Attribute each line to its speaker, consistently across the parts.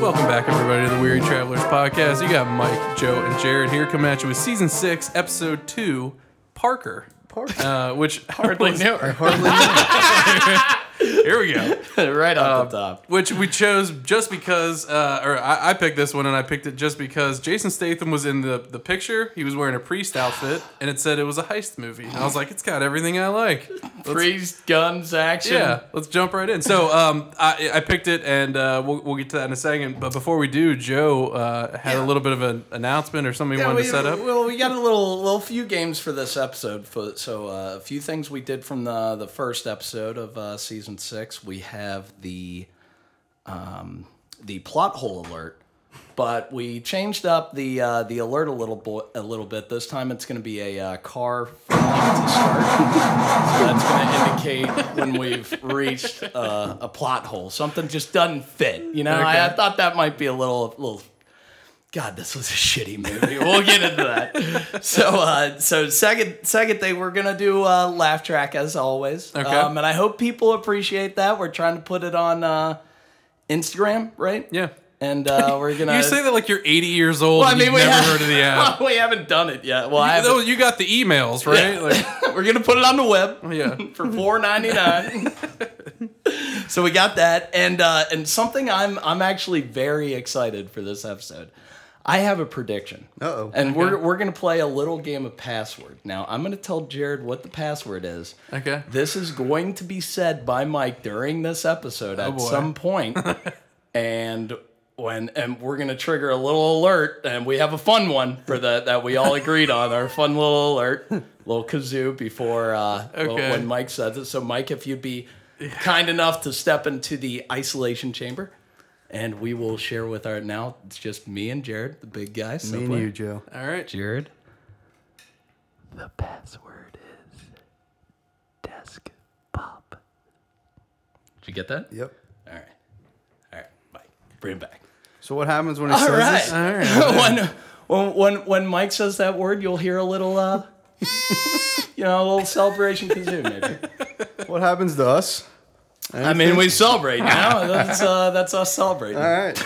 Speaker 1: Welcome back, everybody, to the Weary Travelers podcast. You got Mike, Joe, and Jared here coming at you with season six, episode two, Parker.
Speaker 2: Parker.
Speaker 1: Uh, which
Speaker 3: Hardly
Speaker 1: was-
Speaker 3: knew her.
Speaker 1: Here we go.
Speaker 3: right off the top.
Speaker 1: Which we chose just because, uh, or I, I picked this one and I picked it just because Jason Statham was in the, the picture. He was wearing a priest outfit and it said it was a heist movie. And I was like, it's got everything I like.
Speaker 3: Freeze guns action.
Speaker 1: Yeah, let's jump right in. So um, I, I picked it, and uh, we'll, we'll get to that in a second. But before we do, Joe uh, had a little bit of an announcement or something he
Speaker 3: Yeah,
Speaker 1: wanted
Speaker 3: we,
Speaker 1: to set up.
Speaker 3: Well, we got a little, little few games for this episode. fo- So uh, a few things we did from the the first episode of uh, season six. We have the um, the plot hole alert, but we changed up the uh, the alert a little bo- a little bit. This time it's going to be a uh, car phone to start. so that's going to indicate when we've reached uh, a plot hole. Something just doesn't fit. You know, I, I thought that might be a little little God, this was a shitty movie. We'll get into that. so, uh, so second, second thing, we're gonna do uh, laugh track as always.
Speaker 1: Okay.
Speaker 3: Um, and I hope people appreciate that. We're trying to put it on uh, Instagram, right?
Speaker 1: yeah.
Speaker 3: And uh, we're gonna.
Speaker 1: You say that like you're 80 years old. and you've never heard of the app.
Speaker 3: we haven't done it yet. Well, I
Speaker 1: You,
Speaker 3: haven't.
Speaker 1: know, you got the emails, right?
Speaker 3: we're gonna put it on the web
Speaker 1: Like, yeah.
Speaker 3: for four ninety nine. so we got that, and uh, and something I'm I'm actually very excited for this episode. I have a prediction.
Speaker 2: Uh-oh.
Speaker 3: And we're we're gonna play a little game of password. Now I'm gonna tell Jared what the password is.
Speaker 1: Okay.
Speaker 3: This is going to be said by Mike during this episode at
Speaker 1: Oh, boy.
Speaker 3: some point, and when and we're gonna trigger a little alert, and we have a fun one for that that we all agreed on. Our fun little alert, little kazoo before uh, when-
Speaker 1: Okay.
Speaker 3: when Mike says it. So Mike, if you'd be kind enough to step into the isolation chamber. And we will share with our now. It's just me and Jared, the big guy. so
Speaker 2: Me and
Speaker 3: play-
Speaker 2: you, Joe.
Speaker 1: All right.
Speaker 3: Jared? The password is desk pop. Did you get that?
Speaker 2: Yep.
Speaker 3: All right. All right. Bye. Bring it back.
Speaker 2: So what happens when he
Speaker 3: All
Speaker 2: says
Speaker 3: right.
Speaker 2: this?
Speaker 3: when, when, when, when Mike says that word, you'll hear a little, uh, you know, a little celebration kazoo, maybe.
Speaker 2: What happens to us?
Speaker 3: I mean, we celebrate now. That's, uh, that's us celebrating.
Speaker 2: All right.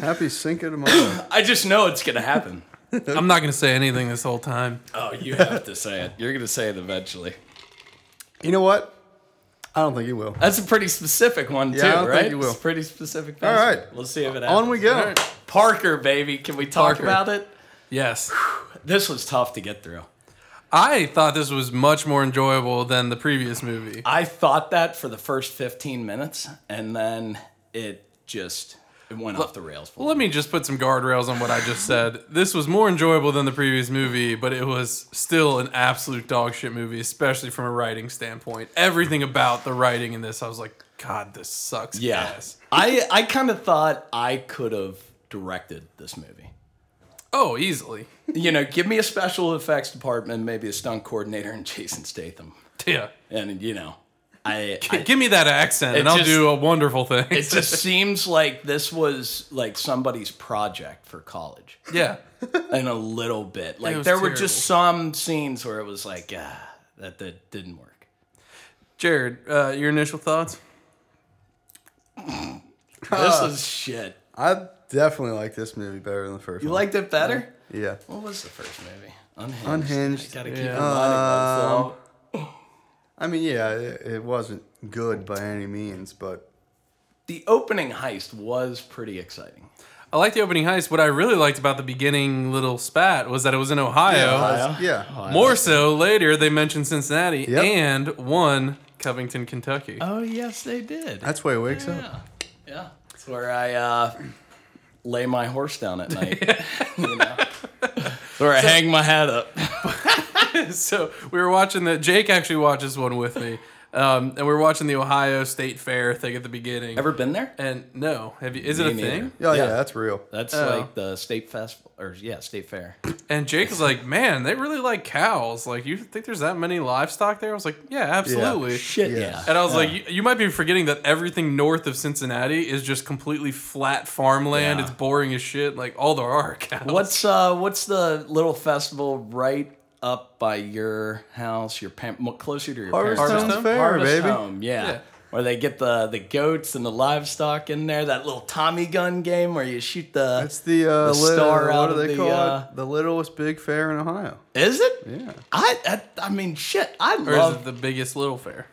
Speaker 2: Happy Cinco de Mayo.
Speaker 3: I just know it's going to happen.
Speaker 1: I'm not going to say anything this whole time.
Speaker 3: Oh, you have to say it. You're going to say it eventually.
Speaker 2: You know what? I don't think he will.
Speaker 3: That's a pretty specific one
Speaker 2: I
Speaker 3: too,
Speaker 2: don't think
Speaker 3: right?
Speaker 2: you will.
Speaker 3: It's a pretty specific.
Speaker 2: All right.
Speaker 3: password. let's see if it happens.
Speaker 2: On we go.
Speaker 1: All right.
Speaker 3: Parker, baby, can we talk
Speaker 1: Parker.
Speaker 3: about it?
Speaker 1: Yes.
Speaker 3: This was tough to get through.
Speaker 1: I thought this was much more enjoyable than the previous movie.
Speaker 3: I thought that for the first fifteen minutes, and then it just it went off the rails. For
Speaker 1: Well, let me just put some guardrails on what I just said. This was more enjoyable than the previous movie, but it was still an absolute dog shit movie, especially from a writing standpoint. Everything about the writing in this, I was like, God, this sucks.
Speaker 3: yeah,
Speaker 1: ass."
Speaker 3: I I kind of thought I could have directed this movie.
Speaker 1: Oh, easily.
Speaker 3: You know, give me a special effects department, maybe a stunt coordinator, and Jason Statham,
Speaker 1: Yeah.
Speaker 3: and you know, I, I
Speaker 1: Give me that accent, and
Speaker 3: It
Speaker 1: I'll
Speaker 3: just-
Speaker 1: do a wonderful thing.
Speaker 3: it just seems like this was like somebody's project for college.
Speaker 1: yeah.
Speaker 3: in a little bit. Like
Speaker 1: was
Speaker 3: there were
Speaker 1: terrible.
Speaker 3: just some scenes where it was like, ah, that that didn't work.
Speaker 1: Jared, uh, your initial thoughts?
Speaker 3: This is shit.
Speaker 2: Uh, I definitely like this movie better than the first
Speaker 3: You
Speaker 2: one.
Speaker 3: liked it better?
Speaker 2: yeah.
Speaker 3: What was the first movie? Unhinged.
Speaker 2: Unhinged. Um,
Speaker 3: Gotta keep in mind it was,
Speaker 2: I mean, yeah, it, it wasn't good by any means, but
Speaker 3: The opening heist was pretty exciting.
Speaker 1: I liked the opening heist. What I really liked about the beginning little spat was that it was in Ohio.
Speaker 3: Ohio?
Speaker 2: yeah.
Speaker 1: More so later, they mentioned Cincinnati
Speaker 2: Yep.
Speaker 1: and one Covington, Kentucky.
Speaker 3: Oh yes, they did.
Speaker 2: That's why he wakes up.
Speaker 3: Yeah, it's where I uh, lay my horse down at night. you know? It's where I hang my hat up.
Speaker 1: so we were watching that. Jake actually watched this one with me. Um, and we were watching the Ohio State Fair thing at the beginning.
Speaker 3: Ever been there?
Speaker 1: and no, have you? Is it a
Speaker 3: Me neither.
Speaker 1: thing?
Speaker 2: Oh, Yeah, yeah,
Speaker 3: Yeah.
Speaker 2: that's real.
Speaker 3: That's like the state festival, or yeah, state fair.
Speaker 1: And Jake was like, "Man, they really like cows. Like, you think there's that many livestock there?" I was like, "Yeah, absolutely."
Speaker 3: Shit,
Speaker 2: Yeah.
Speaker 1: And I was like, you, you might be forgetting that everything north of Cincinnati is just completely flat farmland.
Speaker 3: Yeah.
Speaker 1: It's boring as shit. Like all there are cows.
Speaker 3: What's uh what's the little festival right up by your house, your pa- mo- closer to your
Speaker 2: Harvest
Speaker 3: parents'
Speaker 1: Home's
Speaker 3: house?
Speaker 2: fair,
Speaker 3: Harvest
Speaker 2: baby.
Speaker 3: Home, yeah.
Speaker 1: Yeah.
Speaker 3: Where they get the the goats and the livestock in there, that little Tommy gun game where you shoot the
Speaker 2: That's the, uh,
Speaker 3: The
Speaker 2: little,
Speaker 3: star
Speaker 2: what
Speaker 3: out
Speaker 2: do
Speaker 3: of
Speaker 2: they
Speaker 3: the,
Speaker 2: call
Speaker 3: uh,
Speaker 2: it? The littlest big fair in Ohio.
Speaker 3: Is it?
Speaker 2: Yeah.
Speaker 3: I, I I mean shit, I
Speaker 1: Or is it
Speaker 3: love
Speaker 1: the biggest little fair?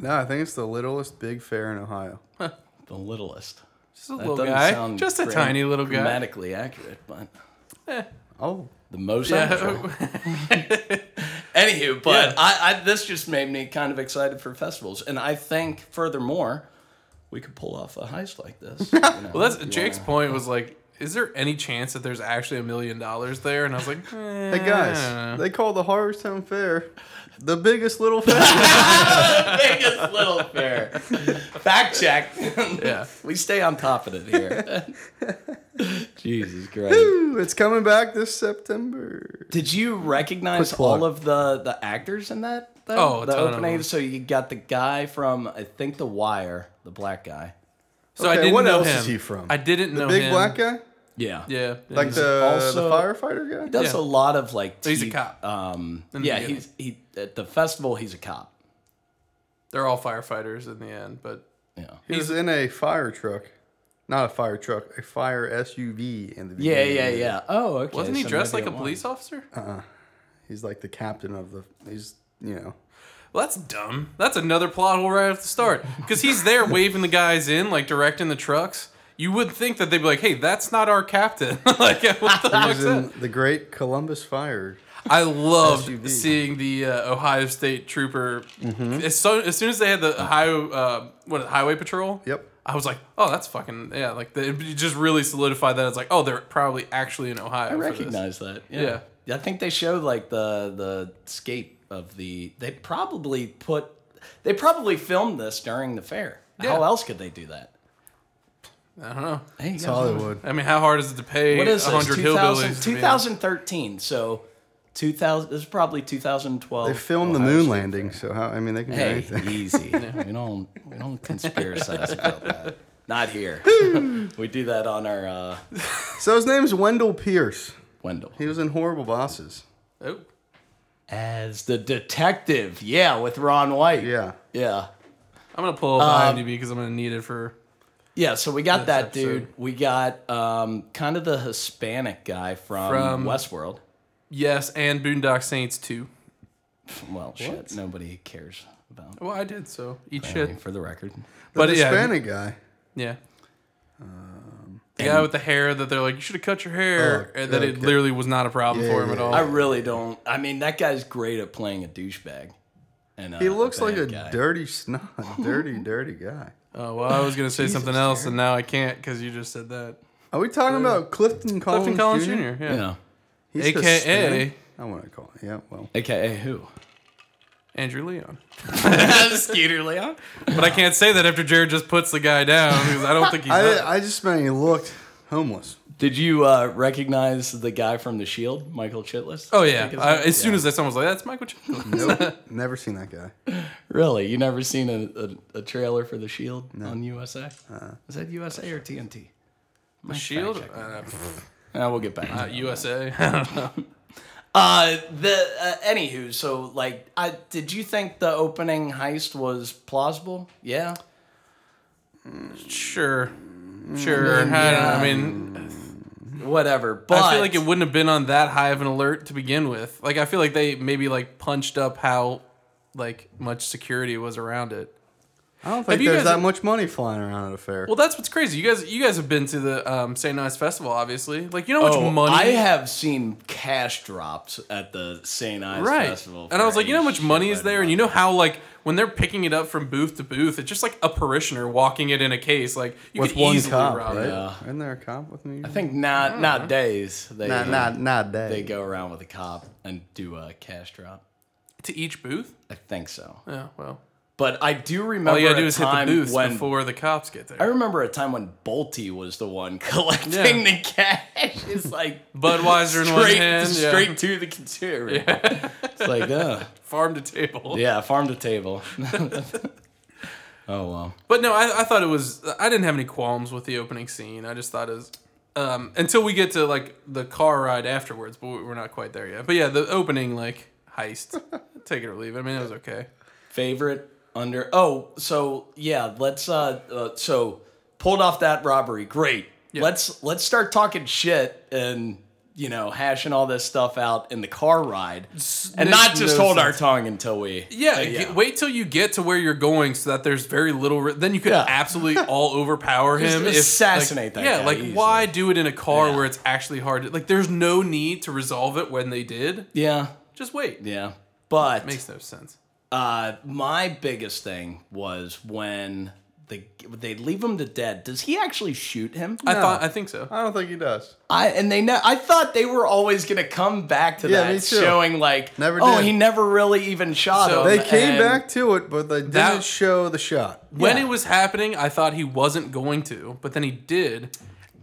Speaker 2: No, I think it's the littlest big fair in Ohio.
Speaker 3: the littlest.
Speaker 1: Just a
Speaker 3: That
Speaker 1: little
Speaker 3: doesn't
Speaker 1: guy,
Speaker 3: sound
Speaker 1: just a
Speaker 3: gram-
Speaker 1: tiny little guy.
Speaker 3: Grammatically accurate, but
Speaker 2: Oh,
Speaker 3: the most accurate.
Speaker 1: Yeah.
Speaker 3: Anywho, but
Speaker 1: Yeah.
Speaker 3: I, I this just made me kind of excited for festivals, and I think furthermore, we could pull off a heist like this. you know,
Speaker 1: well, that's
Speaker 3: if you
Speaker 1: Jake's
Speaker 3: wanna-
Speaker 1: point. Was like, is there any chance that there's actually a million dollars there? And I was like, eh,
Speaker 2: hey guys, they call the Harvest Town Fair the biggest little fair.
Speaker 3: biggest little fair. Fact check.
Speaker 1: Yeah.
Speaker 3: we stay on top of it here. Jesus Christ!
Speaker 2: Ooh, it's coming back this September.
Speaker 3: Did you recognize
Speaker 2: Quick plug.
Speaker 3: all of the the actors in that?
Speaker 1: Oh,
Speaker 3: Though?
Speaker 1: a
Speaker 3: the
Speaker 1: ton of
Speaker 3: opening.
Speaker 1: them.
Speaker 3: So you got the guy from I think The Wire, the black guy.
Speaker 1: so I
Speaker 2: Okay,
Speaker 1: didn't
Speaker 2: what
Speaker 1: know
Speaker 2: else
Speaker 1: him.
Speaker 2: is he from?
Speaker 1: I didn't know Oh,
Speaker 2: Big
Speaker 1: him.
Speaker 2: black guy,
Speaker 3: Yeah.
Speaker 1: Yeah,
Speaker 2: like
Speaker 1: He's-
Speaker 2: the,
Speaker 3: also-
Speaker 2: the firefighter guy.
Speaker 3: does
Speaker 1: Yeah.
Speaker 3: a lot of like.
Speaker 1: he's a
Speaker 3: TV
Speaker 1: cop.
Speaker 3: Um,
Speaker 1: In the
Speaker 3: yeah,
Speaker 1: beginning.
Speaker 3: he's he at the festival. He's a cop.
Speaker 1: they're all firefighters in the end, but
Speaker 3: Yeah.
Speaker 2: He was in a fire truck, not a fire truck, a fire SUV in the beginning.
Speaker 3: Yeah, yeah, yeah. Oh, okay.
Speaker 1: wasn't he
Speaker 3: so
Speaker 1: dressed
Speaker 3: maybe
Speaker 1: like a
Speaker 3: it
Speaker 1: police officer?
Speaker 2: He's like the captain of the. He's you know.
Speaker 1: Well, that's dumb. That's another plot hole right off the start. Because he's there waving the guys in, like directing the trucks. You would think that they'd be like, "Hey, that's not our captain." like, what the
Speaker 2: He
Speaker 1: fuck's
Speaker 2: was
Speaker 1: that?
Speaker 2: in the Great Columbus Fire.
Speaker 1: I loved
Speaker 2: SUV.
Speaker 1: seeing the uh, Ohio State Trooper.
Speaker 3: Mm-hmm.
Speaker 1: As, so, as soon as they had the Ohio, uh, what Highway Patrol.
Speaker 2: Yep.
Speaker 1: I was like, "Oh, that's fucking yeah!" Like, the, it just really solidified that it's like, "Oh, they're probably actually in Ohio."
Speaker 3: I
Speaker 1: for this.
Speaker 3: recognize that. Yeah. I think they showed like the the scape of the. They probably put. They probably filmed this during the fair.
Speaker 1: Yeah.
Speaker 3: How else could they do that?
Speaker 1: I don't know.
Speaker 3: Hey, you
Speaker 2: It's
Speaker 3: guys are-
Speaker 2: Hollywood.
Speaker 1: I mean, how hard is it to pay
Speaker 3: What is this?
Speaker 1: hundred
Speaker 3: 2000,
Speaker 1: hillbillies? to be in-
Speaker 3: 2013. So, 2000. This is probably 2012.
Speaker 2: They filmed the
Speaker 3: Ohio
Speaker 2: moon
Speaker 3: State
Speaker 2: landing, so how, I mean they can do
Speaker 3: Hey,
Speaker 2: anything.
Speaker 3: easy. We don't we don't conspiracize about that. Not here. we do that on our uh,
Speaker 2: So his name's Wendell Pierce.
Speaker 3: Wendell.
Speaker 2: He was in Horrible Bosses.
Speaker 1: Oh,
Speaker 3: As the detective, yeah, with Ron White.
Speaker 2: Yeah.
Speaker 3: Yeah.
Speaker 1: I'm gonna pull
Speaker 3: Um,
Speaker 1: up IMDb because I'm gonna need it for
Speaker 3: Yeah, so we got that
Speaker 1: That's
Speaker 3: dude. We got um, kind of the Hispanic guy from,
Speaker 1: From-
Speaker 3: Westworld.
Speaker 1: Yes, and Boondock Saints too.
Speaker 3: Well, shit, nobody cares about.
Speaker 1: Well, I did so. Eat
Speaker 3: I
Speaker 1: Oh, shit.
Speaker 3: mean, for the record,
Speaker 1: but
Speaker 2: the
Speaker 1: yeah,
Speaker 2: Hispanic guy.
Speaker 1: yeah. the guy with the hair that they're like, you should have cut your hair,
Speaker 2: Oh,
Speaker 1: and that it
Speaker 2: okay.
Speaker 1: literally was not a problem
Speaker 2: Yeah,
Speaker 1: for him
Speaker 2: yeah,
Speaker 1: at
Speaker 2: yeah.
Speaker 1: all.
Speaker 3: I really don't. I mean, that guy's great at playing a douchebag. And uh,
Speaker 2: He looks like a
Speaker 3: bad guy.
Speaker 2: dirty snot, dirty, dirty guy.
Speaker 1: oh well, I was gonna say something else, and now I can't because you just said that.
Speaker 2: Are we talking about Clifton Collins,
Speaker 1: Clifton Collins Jr.
Speaker 2: Jr.?
Speaker 1: Yeah.
Speaker 3: You know,
Speaker 2: He's
Speaker 1: AKA.
Speaker 2: Hispanic. I want to call it. Yeah, well,
Speaker 3: AKA who?
Speaker 1: Andrew Leon.
Speaker 3: Skeeter Leon.
Speaker 1: But I can't say that after Jared just puts the guy down because I don't think he's. up.
Speaker 2: I, I just meant he looked homeless.
Speaker 3: Did you uh, recognize the guy from The Shield, Michael Chitlis?
Speaker 1: Oh yeah! I, as soon as that someone was like, "That's Michael," Jackson."
Speaker 2: Nope, never seen that guy.
Speaker 3: Really? You never seen a, a, a trailer for The Shield on USA?
Speaker 1: Uh.
Speaker 3: Is that USA or TNT?
Speaker 1: the Shield, uh,
Speaker 3: Uh, we'll get back. to
Speaker 1: uh,
Speaker 3: that.
Speaker 1: USA.
Speaker 3: Uh, the uh, anywho, so like, I did you think the opening heist was plausible? Yeah.
Speaker 1: sure, sure. I, don't- I mean,
Speaker 3: Whatever. But
Speaker 1: I feel like it wouldn't have been on that high of an alert to begin with. Like I feel like they maybe like punched up how like much security was around it.
Speaker 2: I don't
Speaker 1: Have
Speaker 2: think
Speaker 1: you
Speaker 2: there's
Speaker 1: guys-
Speaker 2: that much money flying around at a fair.
Speaker 1: Well, that's what's crazy. You guys, you guys have been to the um, St. Nice Festival, obviously. Like you know how much
Speaker 3: Oh,
Speaker 1: money,
Speaker 3: I have seen cash drops at the St. Ives
Speaker 1: right?
Speaker 3: Festival.
Speaker 1: and I
Speaker 3: for
Speaker 1: was like, you know how
Speaker 3: a
Speaker 1: much money is
Speaker 3: shitload
Speaker 1: there,
Speaker 3: of
Speaker 1: and you
Speaker 3: money.
Speaker 1: know how like when they're picking it up from booth to booth, it's just like a parishioner walking it in a case. Like you
Speaker 2: with
Speaker 1: could
Speaker 2: one
Speaker 1: easily
Speaker 2: cop,
Speaker 1: rob
Speaker 2: right?
Speaker 1: it.
Speaker 3: Yeah.
Speaker 2: Isn't there a cop with me?
Speaker 3: I think not not days. They uh,
Speaker 2: not, not, not that.
Speaker 3: they go around with a cop and do a cash drop.
Speaker 1: to each booth?
Speaker 3: I think so.
Speaker 1: Yeah, well,
Speaker 3: But I do remember
Speaker 1: all you gotta
Speaker 3: a
Speaker 1: do is hit the
Speaker 3: time
Speaker 1: booth
Speaker 3: when
Speaker 1: before the cops get there.
Speaker 3: I remember a time when Bolte was the one collecting the cash. It's like
Speaker 1: Budweiser in one
Speaker 3: straight,
Speaker 1: hand, yeah.
Speaker 3: straight to the consumer. it's like, uh,
Speaker 1: Farm to table.
Speaker 3: yeah, farm to table. oh well,
Speaker 1: But no, I, I thought it was. I didn't have any qualms with the opening scene. I just thought it was. Um, until we get to like the car ride afterwards, but we- we're not quite there yet. But yeah, the opening like heist, take it or leave it. I mean, it was okay.
Speaker 3: favorite under. Oh, so yeah, let's. Uh, uh so pulled off that robbery. Great. Let's let's start talking shit and you know hashing all this stuff out in the car ride, and
Speaker 1: makes
Speaker 3: not just
Speaker 1: no
Speaker 3: hold our
Speaker 1: sense.
Speaker 3: tongue until we.
Speaker 1: Yeah,
Speaker 3: yeah.
Speaker 1: get- wait till you get to where you're going, so that there's very little. Ri- then you could
Speaker 3: Yeah.
Speaker 1: absolutely all overpower him. if,
Speaker 3: assassinate
Speaker 1: like,
Speaker 3: that
Speaker 1: Yeah,
Speaker 3: guy
Speaker 1: like
Speaker 3: easily.
Speaker 1: why do it in a car
Speaker 3: Yeah.
Speaker 1: where it's actually hard? To, like there's no need to resolve it when they did.
Speaker 3: Yeah.
Speaker 1: Just wait.
Speaker 3: Yeah. But
Speaker 1: Makes no sense.
Speaker 3: Uh, my biggest thing was when the they leave him to dead. Does he actually shoot him?
Speaker 1: I thought. I think so.
Speaker 2: I don't think he does.
Speaker 3: I and they ne- I thought they were always gonna come back to
Speaker 2: Yeah,
Speaker 3: that,
Speaker 2: me too.
Speaker 3: showing like
Speaker 2: Never
Speaker 3: oh
Speaker 2: did.
Speaker 3: he never really even shot
Speaker 1: So-
Speaker 3: him.
Speaker 2: They came
Speaker 3: Um, and-
Speaker 2: back to it, but they didn't
Speaker 1: That-
Speaker 2: show the shot.
Speaker 1: When
Speaker 3: Yeah.
Speaker 1: it was happening, I thought he wasn't going to, but then he did.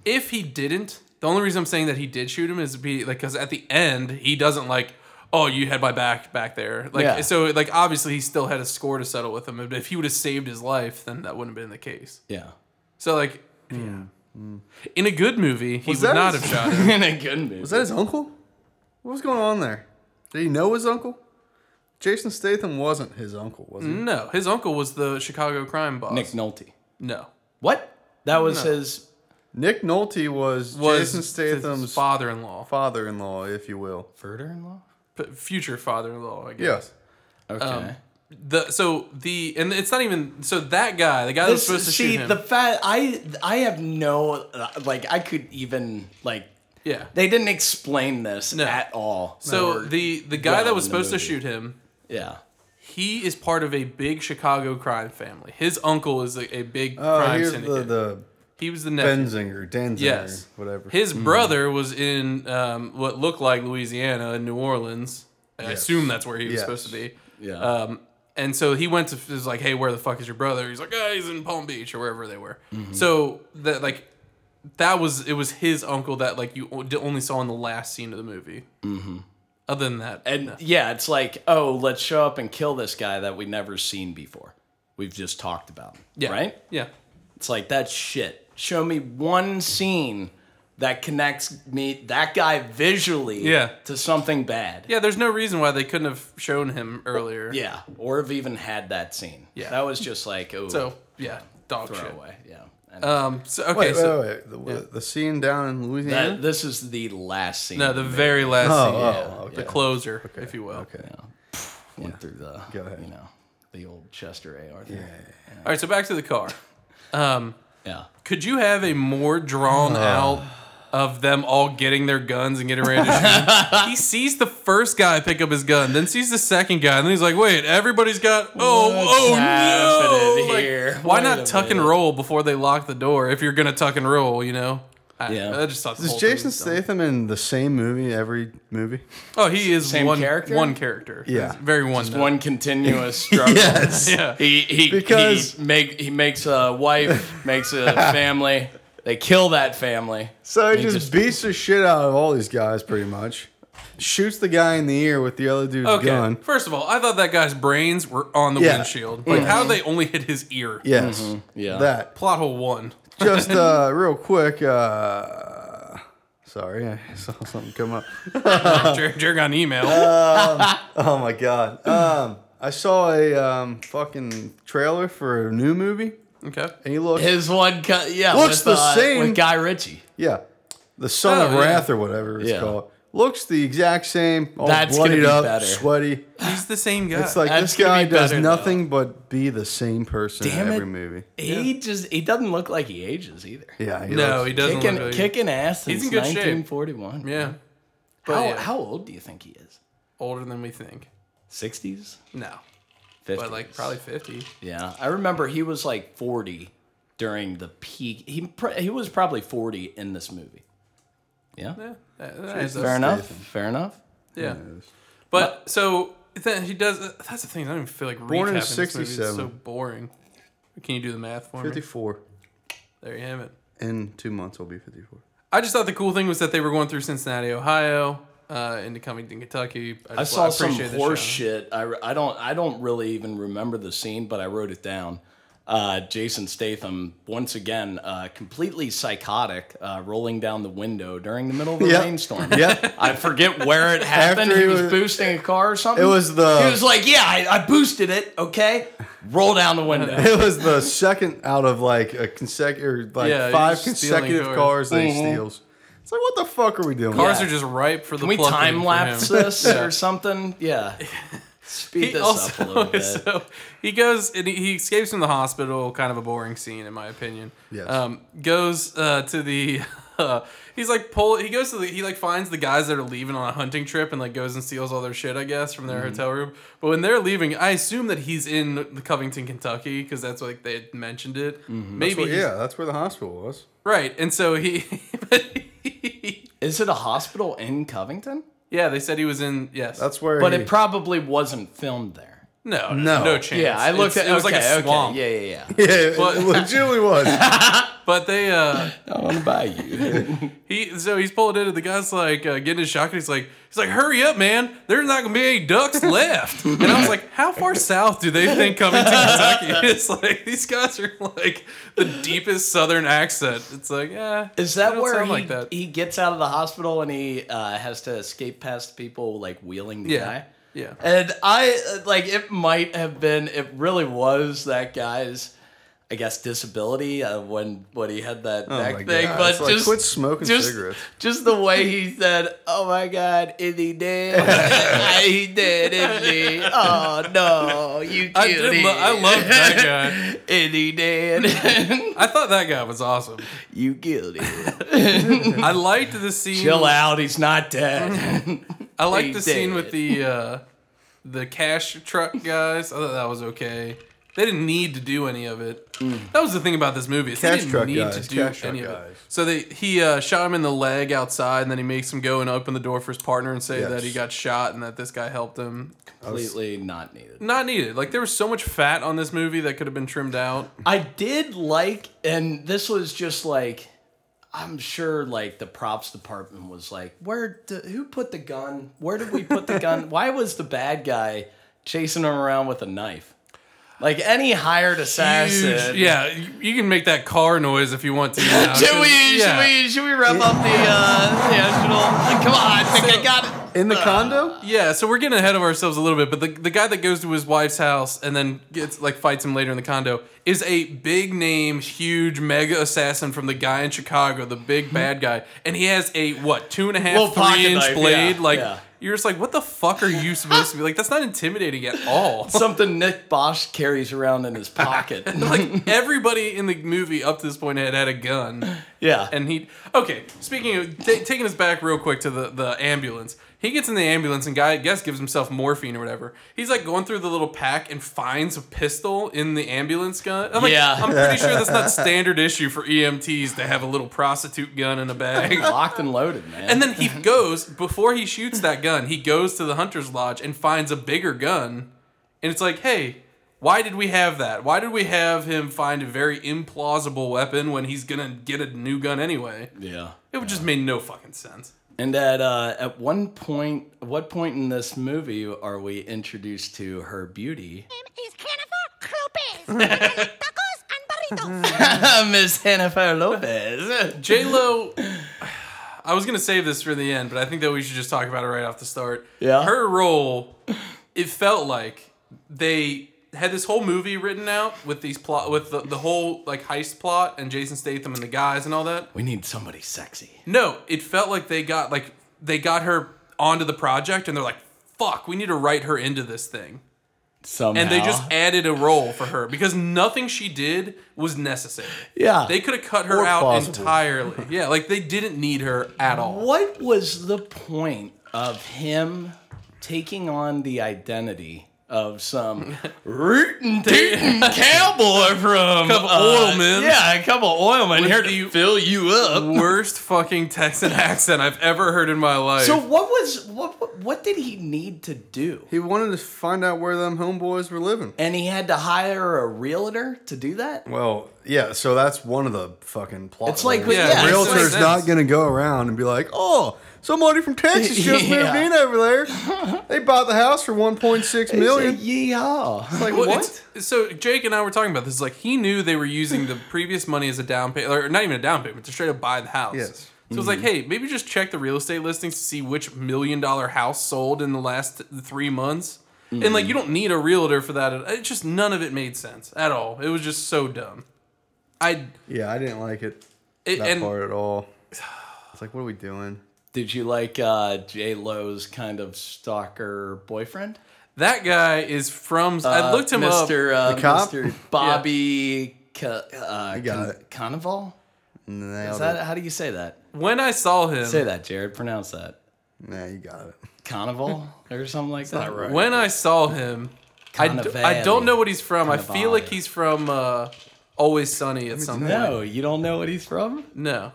Speaker 1: If he didn't, the only reason I'm saying that he did shoot him is be like because at the end he doesn't like. Oh, you had my back back there. Like
Speaker 3: Yeah.
Speaker 1: so, like obviously he still had a score to settle with him. But if he would have saved his life, then that wouldn't have been the case.
Speaker 3: Yeah.
Speaker 1: So like, yeah. in a good movie, he
Speaker 2: Mm. Was
Speaker 1: would
Speaker 2: that
Speaker 1: not
Speaker 2: his-
Speaker 1: have shot him.
Speaker 3: In a good movie.
Speaker 2: Was that his uncle? What was going on there? Did he know his uncle? Jason Statham wasn't his uncle, was he?
Speaker 1: No, his uncle was the Chicago crime boss.
Speaker 3: Nick Nolte?
Speaker 1: No,
Speaker 3: What? That was his.
Speaker 2: Nick Nolte was,
Speaker 1: was
Speaker 2: Jason Statham's
Speaker 1: his father-in-law,
Speaker 2: father-in-law, if you will.
Speaker 3: Murder-in-law.
Speaker 1: F- future father-in-law. I guess.
Speaker 2: Yes.
Speaker 3: Okay.
Speaker 1: Um, The so the and it's not even so that guy the guy that was
Speaker 3: This-
Speaker 1: supposed to
Speaker 3: see
Speaker 1: shoot him.
Speaker 3: the fact I I have no uh, like I could even like
Speaker 1: yeah.
Speaker 3: they didn't explain this at all.
Speaker 1: So
Speaker 3: Or-
Speaker 1: the the guy
Speaker 3: well
Speaker 1: that was
Speaker 3: in the
Speaker 1: supposed to
Speaker 3: movie.
Speaker 1: shoot him,
Speaker 3: yeah.
Speaker 1: he is part of a big Chicago crime family. His uncle is a, a big
Speaker 2: Oh,
Speaker 1: crime
Speaker 2: here's
Speaker 1: syndicate.
Speaker 2: the, the
Speaker 1: he was the nephew.
Speaker 2: Benzinger, Danzinger,
Speaker 1: yes,
Speaker 2: whatever.
Speaker 1: His
Speaker 3: Mm-hmm.
Speaker 1: brother was in um, what looked like Louisiana in New Orleans. I assume that's where he was
Speaker 2: Yes.
Speaker 1: supposed to be.
Speaker 3: Yeah.
Speaker 1: Um, and so he went to he was like, "Hey, where the fuck is your brother?" He's like, "Ah, "He's in Palm Beach or wherever they were."
Speaker 3: Mm-hmm.
Speaker 1: So that like that was it was his uncle that like you o- only saw in the last scene of the movie. Mm-hmm. Other than that,
Speaker 3: And
Speaker 1: no.
Speaker 3: yeah, it's like, oh, let's show up and kill this guy that we've never seen before. We've just talked about. him,
Speaker 1: yeah,
Speaker 3: Right?
Speaker 1: Yeah,
Speaker 3: It's like, that's shit. Show me one scene that connects me, that guy visually,
Speaker 1: Yeah.
Speaker 3: to something bad.
Speaker 1: yeah. There's no reason why they couldn't have shown him earlier.
Speaker 3: Yeah. Or have even had that scene.
Speaker 1: Yeah.
Speaker 3: That was just like, oh,
Speaker 1: So yeah, dog
Speaker 3: throw
Speaker 1: shit.
Speaker 3: away. Yeah. And
Speaker 1: Um. So okay.
Speaker 2: wait, wait,
Speaker 1: so
Speaker 2: wait, The, the scene down in Louisiana?
Speaker 3: that, this is the last scene.
Speaker 1: no, the very last
Speaker 2: oh,
Speaker 1: scene,
Speaker 2: oh, okay.
Speaker 1: the closer, if you will.
Speaker 2: okay.
Speaker 3: went through the,
Speaker 2: Go ahead.
Speaker 3: you know, the old Chester A. Arthur. Yeah.
Speaker 1: All right. So back to the car.
Speaker 3: yeah.
Speaker 1: Could you have a more drawn out of them all getting their guns and getting ready to shoot? him? he sees the first guy pick up his gun, then sees the second guy, and then he's like, "Wait, everybody's got oh
Speaker 3: What's
Speaker 1: oh
Speaker 3: happening
Speaker 1: no!" Like,
Speaker 3: here?
Speaker 1: why
Speaker 3: Wait
Speaker 1: not
Speaker 3: a
Speaker 1: tuck and
Speaker 3: minute.
Speaker 1: roll before they lock the door? If you're gonna tuck and roll, you know. I,
Speaker 3: Yeah.
Speaker 1: I just thought the
Speaker 2: Is
Speaker 1: whole thing
Speaker 2: Jason
Speaker 1: was dumb.
Speaker 2: Statham in the same movie every movie?
Speaker 1: Oh, he is
Speaker 3: Same
Speaker 1: one
Speaker 3: character?
Speaker 1: One character.
Speaker 2: Yeah.
Speaker 1: He's very one. note.
Speaker 3: One continuous struggle.
Speaker 1: Yeah.
Speaker 3: He he
Speaker 2: Because-
Speaker 3: he make he makes a wife, makes a family. They kill that family.
Speaker 2: So he
Speaker 3: He
Speaker 2: just,
Speaker 3: just-
Speaker 2: beats the shit out of all these guys, pretty much. Shoots the guy in the ear with the other dude's
Speaker 1: Okay.
Speaker 2: gun.
Speaker 1: First of all, I thought that guy's brains were on the
Speaker 2: Yeah.
Speaker 1: windshield. Like,
Speaker 3: Mm-hmm.
Speaker 1: how they only hit his ear?
Speaker 2: Yes,
Speaker 1: Mm-hmm.
Speaker 3: Yeah.
Speaker 2: that.
Speaker 1: Plot hole one.
Speaker 2: Just uh, real quick. Uh, sorry, I saw something come up. Uh-huh.
Speaker 1: Jer- Jer got an email.
Speaker 2: Oh my god. Um, I saw a um, fucking trailer for a new movie,
Speaker 1: okay.
Speaker 2: and he looked
Speaker 3: His one co- yeah
Speaker 2: Looks
Speaker 3: with,
Speaker 2: the
Speaker 3: uh,
Speaker 2: same.
Speaker 3: with Guy Ritchie.
Speaker 2: yeah, the Son
Speaker 1: Oh,
Speaker 2: of
Speaker 1: yeah.
Speaker 2: Wrath or whatever it's
Speaker 3: Yeah.
Speaker 2: called. Looks the exact same. All
Speaker 3: That's gonna
Speaker 2: bloodied
Speaker 3: be
Speaker 2: up,
Speaker 3: better.
Speaker 2: sweaty.
Speaker 1: He's the same guy.
Speaker 2: It's like
Speaker 3: That's
Speaker 2: this
Speaker 3: gonna
Speaker 2: guy
Speaker 3: be
Speaker 2: does
Speaker 3: better,
Speaker 2: nothing but be the same person
Speaker 3: Damn
Speaker 2: in
Speaker 3: it.
Speaker 2: every movie.
Speaker 3: He just he doesn't look like he ages either.
Speaker 2: Yeah, he
Speaker 1: no,
Speaker 2: looks-
Speaker 1: he doesn't
Speaker 3: Kicking
Speaker 1: look like-
Speaker 3: kicking ass
Speaker 1: He's
Speaker 3: since
Speaker 1: in good shape.
Speaker 3: 1941.
Speaker 1: Yeah,
Speaker 3: How
Speaker 1: yeah.
Speaker 3: how old do you think he is?
Speaker 1: older than we think.
Speaker 3: 60s?
Speaker 1: No,
Speaker 3: 50s.
Speaker 1: but like probably fifty.
Speaker 3: Yeah, I remember he was like 40 during the peak. He pr- he was probably 40 in this movie. Yeah.
Speaker 1: Yeah, that- that adds up.
Speaker 3: Fair enough. Fair enough.
Speaker 1: Yeah, but so Then he does. That's the thing. I don't even feel like
Speaker 2: Born in
Speaker 1: recapping this movie. It's so
Speaker 2: 67.
Speaker 1: boring. Can you do the math for me?
Speaker 2: 54.
Speaker 1: There you have it.
Speaker 2: In two months, I'll be 54.
Speaker 1: I just thought the cool thing was that they were going through Cincinnati, Ohio, uh, into Covington, Kentucky.
Speaker 3: I
Speaker 1: just-
Speaker 3: saw some
Speaker 1: appreciate the
Speaker 3: horse
Speaker 1: shout-out.
Speaker 3: shit. I, re- I don't I don't really even remember the scene, but I wrote it down. Uh, Jason Statham once again uh, completely psychotic, uh, rolling down the window during the middle of a
Speaker 2: Yep.
Speaker 3: rainstorm.
Speaker 2: Yep.
Speaker 3: I forget where it happened.
Speaker 2: After
Speaker 3: He
Speaker 2: he
Speaker 3: was,
Speaker 2: was-
Speaker 3: boosting a car or something.
Speaker 2: It was the-
Speaker 3: He was like, "Yeah, I, I boosted it. Okay, roll down the window."
Speaker 2: It was the second out of like a consecutive, like
Speaker 1: Yeah,
Speaker 2: five
Speaker 1: he's stealing
Speaker 2: consecutive
Speaker 1: cars.
Speaker 2: cars that he steals. It's like, what the fuck are we doing?
Speaker 1: Cars
Speaker 3: Yeah.
Speaker 1: are just ripe for the.
Speaker 3: Can we
Speaker 1: plucking
Speaker 3: time
Speaker 1: for
Speaker 3: lapse
Speaker 1: him.
Speaker 3: this or something? Yeah. Speed
Speaker 1: He
Speaker 3: this
Speaker 1: also,
Speaker 3: up a little bit.
Speaker 1: so he goes and he, he escapes from the hospital. Kind of a boring scene, in my opinion.
Speaker 2: Yes.
Speaker 1: Um, goes uh, to the. Uh, he's like pull. He goes to the. He like finds the guys that are leaving on a hunting trip and like goes and steals all their shit. I guess from their
Speaker 2: Mm-hmm.
Speaker 1: hotel room. But when they're leaving, I assume that he's in the Covington, Kentucky, because that's like they had mentioned it. Maybe
Speaker 2: Well,
Speaker 1: he's-
Speaker 2: yeah, Mm-hmm. that's where the hospital was.
Speaker 1: Right, and so he.
Speaker 3: Is it a hospital in Covington?
Speaker 1: yeah, they said he was in. Yes.
Speaker 2: That's where.
Speaker 3: But
Speaker 2: he,
Speaker 3: it probably wasn't filmed there.
Speaker 1: no, no,
Speaker 2: No.
Speaker 1: no chance.
Speaker 3: Yeah, I looked
Speaker 1: It's-
Speaker 3: at
Speaker 1: it was like
Speaker 3: okay,
Speaker 1: a
Speaker 3: okay,
Speaker 1: swamp.
Speaker 3: Yeah, yeah, yeah.
Speaker 2: yeah, it
Speaker 1: But-
Speaker 2: legitimately was.
Speaker 1: But they uh
Speaker 3: I want to buy you.
Speaker 1: he so he's pulling into the guy's like uh, getting his shotgun. He's like he's like hurry up, man. There's not gonna be any ducks left. and I was like, how far south do they think coming to Kentucky? It's like these guys are like the deepest southern accent. It's like yeah.
Speaker 3: Is
Speaker 1: they
Speaker 3: that
Speaker 1: don't
Speaker 3: where
Speaker 1: sound
Speaker 3: he,
Speaker 1: like that?
Speaker 3: he gets out of the hospital and he uh, has to escape past people like wheeling the
Speaker 1: Yeah.
Speaker 3: guy?
Speaker 1: Yeah.
Speaker 3: And I uh, like it might have been it really was that guy's I guess disability uh, when when he had that
Speaker 2: Oh
Speaker 3: back
Speaker 2: my
Speaker 3: thing,
Speaker 2: God,
Speaker 3: but
Speaker 2: it's like,
Speaker 3: just
Speaker 2: quit smoking
Speaker 3: just,
Speaker 2: cigarettes.
Speaker 3: Just the way he said, "Oh my God, is he dead? he dead, isn't he? Oh no, you killed
Speaker 1: I did.
Speaker 3: him.
Speaker 1: Lo- I love that guy.
Speaker 3: Is he dead?
Speaker 1: I thought that guy was awesome.
Speaker 3: you killed him.
Speaker 1: I liked the scene.
Speaker 3: Chill out, he's not dead.
Speaker 1: I like
Speaker 3: He
Speaker 1: the scene
Speaker 3: did.
Speaker 1: with the uh, the cash truck guys. I thought that was okay. They didn't need to do any of it. That was the thing about this movie. Is they
Speaker 2: Hmm. Cash
Speaker 1: didn't
Speaker 2: truck
Speaker 1: need
Speaker 2: guys,
Speaker 1: to do
Speaker 2: cash truck
Speaker 1: any of
Speaker 2: guys.
Speaker 1: it. So they he uh, shot him in the leg outside, and then he makes him go and open the door for his partner and say
Speaker 2: Yes.
Speaker 1: that he got shot and that this guy helped him.
Speaker 3: Completely not needed.
Speaker 1: Not needed. Like there was so much fat on this movie that could have been trimmed out.
Speaker 3: I did like, and this was just like, I'm sure like the props department was like, where, d who put the gun? Where did we put the gun? Why was the bad guy chasing him around with a knife? Like any hired assassin.
Speaker 1: Huge- yeah, you, you can make that car noise if you want to. now,
Speaker 3: Should
Speaker 1: 'cause-
Speaker 3: we,
Speaker 1: yeah.
Speaker 3: should we, should we wrap up the, uh, the original? Like, come on, I think I got it.
Speaker 2: In the condo?
Speaker 1: Yeah, so we're getting ahead of ourselves a little bit, but the, the guy that goes to his wife's house and then gets like fights him later in the condo is a big name, huge mega assassin from the guy in Chicago, the big bad guy, and he has a what two and a half,
Speaker 3: Hmm. Little pocket
Speaker 1: three inch
Speaker 3: knife,
Speaker 1: blade.
Speaker 3: yeah,
Speaker 1: like
Speaker 3: yeah.
Speaker 1: you're just like, what the fuck are you supposed to be like? That's not intimidating at all.
Speaker 3: Something Nick Bosch carries around in his pocket.
Speaker 1: like everybody in the movie up to this point had had a gun.
Speaker 3: yeah.
Speaker 1: and he okay speaking of ta taking us back real quick to the, the ambulance he gets in the ambulance and guy i guess gives himself morphine or whatever he's like going through the little pack and finds a pistol in the ambulance gun i'm like
Speaker 3: Yeah.
Speaker 1: i'm pretty sure that's not standard issue for emts to have a little prostitute gun in a bag
Speaker 3: Locked and loaded, man.
Speaker 1: and then he goes before he shoots that gun he goes to the hunter's lodge and finds a bigger gun and it's like hey why did we have that why did we have him find a very implausible weapon when he's gonna get a new gun anyway
Speaker 3: yeah.
Speaker 1: it would just made no fucking sense.
Speaker 3: And at uh, at one point, what point in this movie are we introduced to her beauty,
Speaker 4: name is Jennifer Lopez. And I like tacos and burritos.
Speaker 3: Miss Jennifer Lopez?
Speaker 1: J Lo, I was gonna save this for the end, but I think that we should just talk about it right off the start.
Speaker 3: Yeah.
Speaker 1: her role, it felt like they had this whole movie written out with these plot with the, the whole like heist plot and Jason Statham and the guys and all that.
Speaker 3: We need somebody sexy.
Speaker 1: No, it felt like they got like they got her onto the project and they're like, "Fuck, we need to write her into this thing."
Speaker 3: Somehow.
Speaker 1: And they just added a role for her because nothing she did was necessary.
Speaker 3: yeah.
Speaker 1: They could have cut her
Speaker 2: Or
Speaker 1: out
Speaker 2: plausible.
Speaker 1: entirely. Yeah, like they didn't need her at all.
Speaker 3: what was the point of him taking on the identity of some rootin' tootin' cowboy from
Speaker 1: Couple
Speaker 3: uh,
Speaker 1: oilmen.
Speaker 3: Yeah, a couple oilmen here to
Speaker 1: the-
Speaker 3: fill you up.
Speaker 1: Worst fucking Texan accent I've ever heard in my life.
Speaker 3: So what was what what- what did he need to do?
Speaker 2: He wanted to find out where them homeboys were living.
Speaker 3: And he had to hire a realtor to do that?
Speaker 2: Well, yeah, so that's one of the fucking plots.
Speaker 3: It's like-
Speaker 1: it
Speaker 3: yeah, it's
Speaker 1: makes
Speaker 2: realtor's
Speaker 1: sense.
Speaker 2: not gonna go around and be like, "Oh, somebody from Texas just moved
Speaker 3: Yeah.
Speaker 2: in over there. They bought the house for 1.6 million.
Speaker 3: Yeehaw.
Speaker 2: Like
Speaker 1: Well,
Speaker 2: what?
Speaker 1: it's- So Jake and I were talking about this. Like he knew they were using the previous money as a down payment, or not even a down payment, to straight up buy the house.
Speaker 2: Yes. Mm-hmm.
Speaker 1: So it's like, hey, maybe just check the real estate listings to see which million dollar house sold in the last three months. And
Speaker 2: Mm-hmm.
Speaker 1: like, you don't need a realtor for that. It just none of it made sense at all. It was just so dumb. I
Speaker 2: Yeah, I didn't like it
Speaker 1: it,
Speaker 2: that
Speaker 1: and
Speaker 2: part at all. It's like, what are we doing?
Speaker 3: Did you like uh, J Lo's kind of stalker boyfriend?
Speaker 1: that guy is from. I
Speaker 3: Uh,
Speaker 1: looked him up.
Speaker 3: Mr. Uh,
Speaker 2: The cop?
Speaker 3: Mr. Bobby Ca- uh, I
Speaker 2: got it. Hmm.
Speaker 3: Carnival?
Speaker 2: Nailed
Speaker 3: Is that, how do you say that?
Speaker 1: When I saw him,
Speaker 3: Say that, Jared. Pronounce that.
Speaker 2: it. Nah, you got it.
Speaker 3: Carnival or something like that.
Speaker 2: right.
Speaker 1: When I saw him, I d- I
Speaker 3: Cannavale.
Speaker 1: don't know what he's from. I feel
Speaker 3: Cannavale.
Speaker 1: like he's from uh, Always Sunny at some point.
Speaker 3: No, you don't know what he's from?
Speaker 1: No.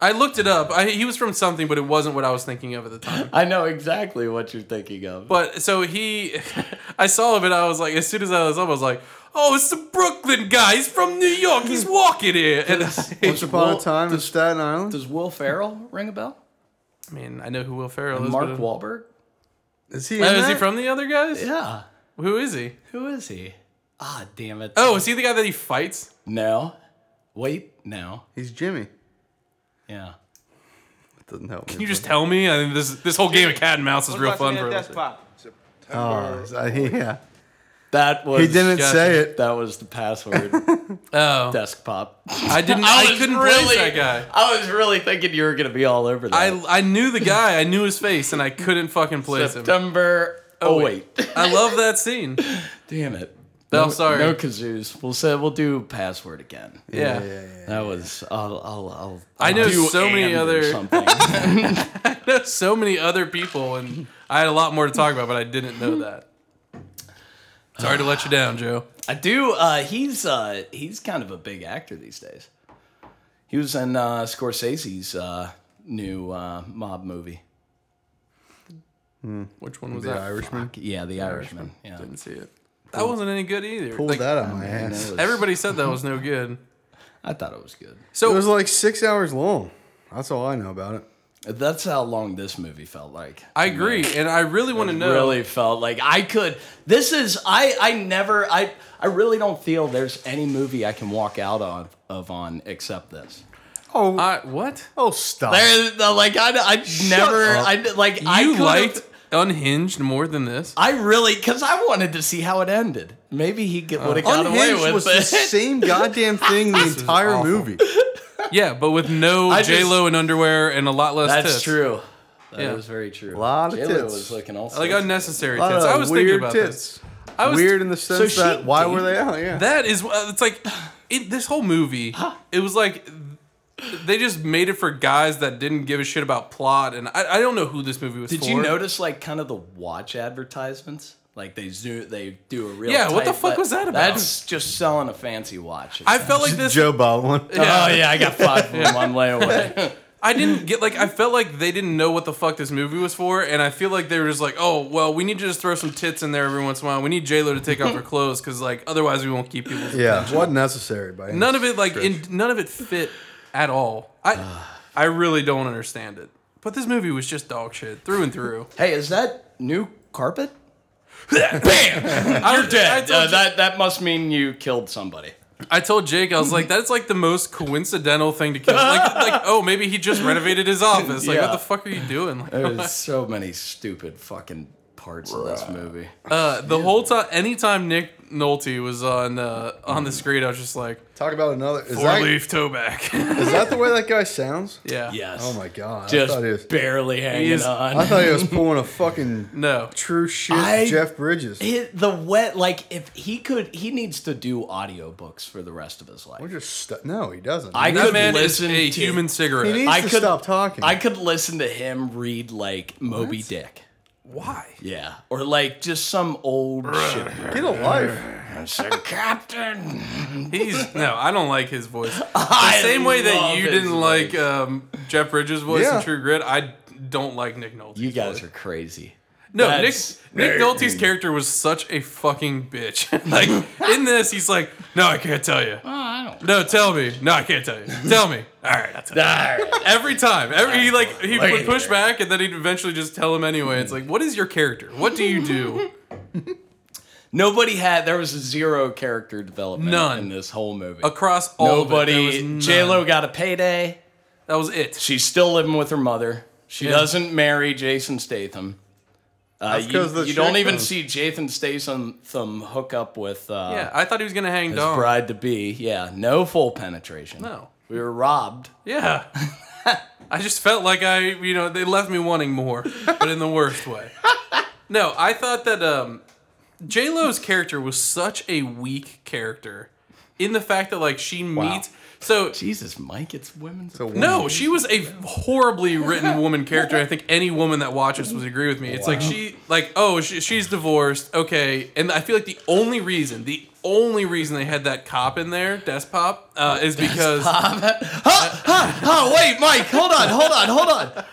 Speaker 1: I looked it up. I, he was from something, but it wasn't what I was thinking of at the time.
Speaker 3: I know exactly what you're thinking of.
Speaker 1: But so he, I saw him and I was like, as soon as I was up, I was like, oh, it's the Brooklyn guy. He's from New York. He's walking here. And I,
Speaker 2: Once upon
Speaker 3: Well,
Speaker 2: a time in Staten Island,
Speaker 3: Does Will Ferrell ring a bell?
Speaker 1: I mean, I know who Will Ferrell is.
Speaker 3: Mark
Speaker 1: but-
Speaker 3: Wahlberg?
Speaker 2: is he?
Speaker 1: Oh,
Speaker 2: in
Speaker 1: is he
Speaker 2: that?
Speaker 1: from the other guys?
Speaker 3: Yeah.
Speaker 1: Who is he?
Speaker 3: Who is he? Ah, damn it.
Speaker 1: Oh, is he the guy that he fights?
Speaker 3: no. Wait, no.
Speaker 2: He's Jimmy.
Speaker 3: Yeah.
Speaker 2: It doesn't help.
Speaker 1: Can you just tell me? I mean, this this whole game of cat and mouse is real fun for us.
Speaker 2: Oh, is that- yeah.
Speaker 3: That was
Speaker 2: He didn't
Speaker 1: Gotcha.
Speaker 2: say it.
Speaker 3: That was the password.
Speaker 1: Oh,
Speaker 3: Desk pop.
Speaker 1: I didn't. I, couldn't place that guy.
Speaker 3: I was really thinking you were gonna be all over that.
Speaker 1: I I knew the guy. I knew his face, and I couldn't fucking place him.
Speaker 3: September. Oh wait.
Speaker 1: I love that scene.
Speaker 3: Damn it.
Speaker 1: No,
Speaker 3: no,
Speaker 1: sorry.
Speaker 3: No kazoos. We'll say we'll do password again.
Speaker 1: Yeah.
Speaker 3: That was. I'll. I'll. I'll
Speaker 1: I know
Speaker 3: do
Speaker 1: so many
Speaker 3: and or
Speaker 1: other-
Speaker 3: Something.
Speaker 1: so many other people, and I had a lot more to talk about, but I didn't know that. Sorry to let you down, Joe.
Speaker 3: I do. Uh, he's uh, he's kind of a big actor these days. He was in uh, Scorsese's uh, new uh, mob movie.
Speaker 1: Which one was
Speaker 2: The
Speaker 1: that?
Speaker 2: Irishman
Speaker 3: Yeah, The Irishman. Yeah.
Speaker 1: Didn't see it. That wasn't any good either.
Speaker 2: pulled
Speaker 1: Like,
Speaker 2: that out of my
Speaker 3: And it
Speaker 2: ass.
Speaker 3: was-
Speaker 1: everybody said that was no good.
Speaker 3: I thought it was good.
Speaker 2: It
Speaker 1: So
Speaker 2: was like six hours long. That's all I know about it.
Speaker 3: That's how long this movie felt like.
Speaker 1: I agree, and I really want to know.
Speaker 3: Really felt like I could. This is I. I never. I. I really don't feel there's any movie I can walk out on of on except this.
Speaker 2: Oh,
Speaker 1: I, what
Speaker 2: oh, stop.
Speaker 3: There, no, like I, I never,
Speaker 2: up.
Speaker 3: I like I
Speaker 1: you
Speaker 3: could've-
Speaker 1: liked Unhinged more than this?
Speaker 3: I really, because I wanted to see how it ended. Maybe he would have got away
Speaker 2: Unhinged
Speaker 3: with
Speaker 2: was the
Speaker 3: it.
Speaker 2: same goddamn thing the entire movie.
Speaker 1: Yeah, but with no
Speaker 3: I just-
Speaker 1: J Lo in underwear and a lot less.
Speaker 3: That's
Speaker 1: tits.
Speaker 3: true. That
Speaker 1: Yeah.
Speaker 3: is very true. A
Speaker 2: Lot of tits.
Speaker 3: was looking all
Speaker 1: Like
Speaker 3: sorts.
Speaker 1: unnecessary
Speaker 2: A lot
Speaker 1: tits.
Speaker 2: of
Speaker 1: I was thinking
Speaker 2: weird
Speaker 1: about this.
Speaker 2: tits.
Speaker 1: I was
Speaker 2: weird in the sense
Speaker 3: she
Speaker 2: that why were
Speaker 3: dated-
Speaker 2: they out? Yeah.
Speaker 1: That is, uh, it's like it, this whole movie. It was like they just made it for guys that didn't give a shit about plot, and I, I don't know who this movie was.
Speaker 3: Did
Speaker 1: for.
Speaker 3: you notice like kind of the watch advertisements? Like they zoom, they do a real.
Speaker 1: Yeah, what the
Speaker 3: tight-
Speaker 1: fuck was that about?
Speaker 3: That's just selling a fancy watch.
Speaker 1: I felt like this.
Speaker 2: Joe bought one.
Speaker 3: Oh yeah, I got five of them on layaway.
Speaker 1: I didn't get like. I felt like they didn't know what the fuck this movie was for, and I feel like they were just like, "Oh, well, we need to just throw some tits in there every once in a while. We need J Lo to take off her clothes because like otherwise we won't keep people."
Speaker 2: Yeah, wasn't necessary. By any
Speaker 1: None of it like in, none of it fit at all. I I really don't understand it. But this movie was just dog shit through and through.
Speaker 3: hey, is that new carpet? Bam! You're dead.
Speaker 1: told
Speaker 3: Uh,
Speaker 1: you-
Speaker 3: that that must mean you killed somebody.
Speaker 1: I told Jake, I was like, that's like the most coincidental thing to kill. Like, like oh, maybe he just renovated his office. Like,
Speaker 3: Yeah. Uh,
Speaker 1: what the fuck are you doing? Like,
Speaker 3: There's so many stupid fucking parts in this movie.
Speaker 1: uh, the whole time, anytime Nick Nolte was on uh, on the screen, I was just like,
Speaker 2: Talk about another. Is
Speaker 1: four
Speaker 2: that,
Speaker 1: leaf toe back. yeah.
Speaker 2: is that the way that guy sounds?
Speaker 3: Yes.
Speaker 2: Oh my god! I
Speaker 3: Just
Speaker 2: thought he was.
Speaker 3: barely hanging
Speaker 1: He is-
Speaker 2: I
Speaker 3: on.
Speaker 2: thought he was pulling a fucking
Speaker 1: No.
Speaker 2: true shit
Speaker 3: I-
Speaker 2: Jeff Bridges.
Speaker 3: He- the wet, like if he could, he needs to do audiobooks for the rest of his
Speaker 2: We're
Speaker 3: life.
Speaker 2: just stu- no, he doesn't.
Speaker 3: I
Speaker 1: That
Speaker 3: could
Speaker 1: man is
Speaker 3: listen
Speaker 1: a
Speaker 3: to-
Speaker 1: human
Speaker 2: he
Speaker 1: cigarette.
Speaker 2: needs
Speaker 3: I
Speaker 2: to
Speaker 3: could-
Speaker 2: stop talking.
Speaker 3: I could listen to him read like Moby Dick.
Speaker 1: Why?
Speaker 3: Yeah, or like just some old shit.
Speaker 2: Get a life.
Speaker 3: Sir Captain.
Speaker 1: He's no, I don't like his voice.
Speaker 3: I
Speaker 1: The same way that
Speaker 3: love
Speaker 1: you
Speaker 3: his
Speaker 1: didn't
Speaker 3: voice.
Speaker 1: like um, Jeff Bridges' voice
Speaker 2: Yeah.
Speaker 1: in True Grit. I don't like Nick Nolte.
Speaker 3: You guys are crazy.
Speaker 1: No, Nick,
Speaker 3: That's-
Speaker 1: Nick Nolte's character was such a fucking bitch. like in this, he's like, "No, I can't tell you.
Speaker 3: I
Speaker 1: No, tell me. No, I can't tell you. Tell me. All right, I'll tell you." Every time, every he like he
Speaker 3: Look
Speaker 1: would
Speaker 3: at
Speaker 1: push
Speaker 3: here.
Speaker 1: back, and then he'd eventually just tell him anyway. It's like, what is your character? What do you do?
Speaker 3: Nobody had. There was zero character development
Speaker 1: None.
Speaker 3: in this whole movie.
Speaker 1: Across all of it, there
Speaker 3: Nobody.
Speaker 1: was
Speaker 3: J Lo
Speaker 1: none.
Speaker 3: got a payday.
Speaker 1: That was it.
Speaker 3: She's still living with her mother. She
Speaker 1: Yeah.
Speaker 3: doesn't marry Jason Statham. Uh,
Speaker 2: That's
Speaker 3: you
Speaker 2: 'cause the
Speaker 3: you don't
Speaker 2: chick
Speaker 3: even
Speaker 2: does.
Speaker 3: see Jason Statham thum, hook up with uh,
Speaker 1: Yeah, I thought he was gonna hang
Speaker 3: his
Speaker 1: down.
Speaker 3: bride to be. Yeah, no full penetration.
Speaker 1: No.
Speaker 3: we were robbed.
Speaker 1: Yeah. I just felt like I, you know, they left me wanting more, but in the worst way. No, I thought that um, J Lo's character was such a weak character, in the fact that like she meets. So
Speaker 3: Jesus, Mike, it's women's.
Speaker 2: So
Speaker 1: no, she was a horribly written woman character. I think any woman that watches would agree with me. It's like she, like, oh, she, she's divorced. Okay. And I feel like the only reason, the only reason they had that cop in there, Despop, uh, is because.
Speaker 3: Oh wait, Mike, hold on, hold on, hold on.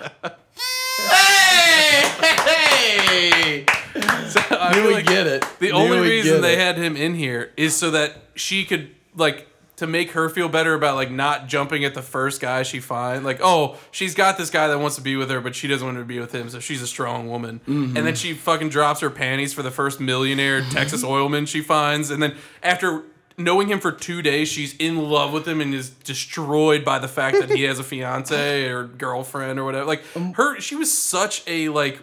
Speaker 3: Hey, hey,
Speaker 1: I
Speaker 3: you
Speaker 1: feel
Speaker 3: would
Speaker 1: like
Speaker 3: get it.
Speaker 1: The
Speaker 3: You
Speaker 1: only
Speaker 3: would get
Speaker 1: reason they
Speaker 3: it.
Speaker 1: had him in here is so that she could like to make her feel better about like not jumping at the first guy she find. Like, oh, she's got this guy that wants to be with her, but she doesn't want to be with him, so she's a strong woman.
Speaker 3: Mm-hmm.
Speaker 1: And then she fucking drops her panties for the first millionaire Texas oilman she finds, and then after knowing him for two days, she's in love with him and is destroyed by the fact that he has a fiance or girlfriend or whatever. Like
Speaker 3: Um,
Speaker 1: her, she was such a like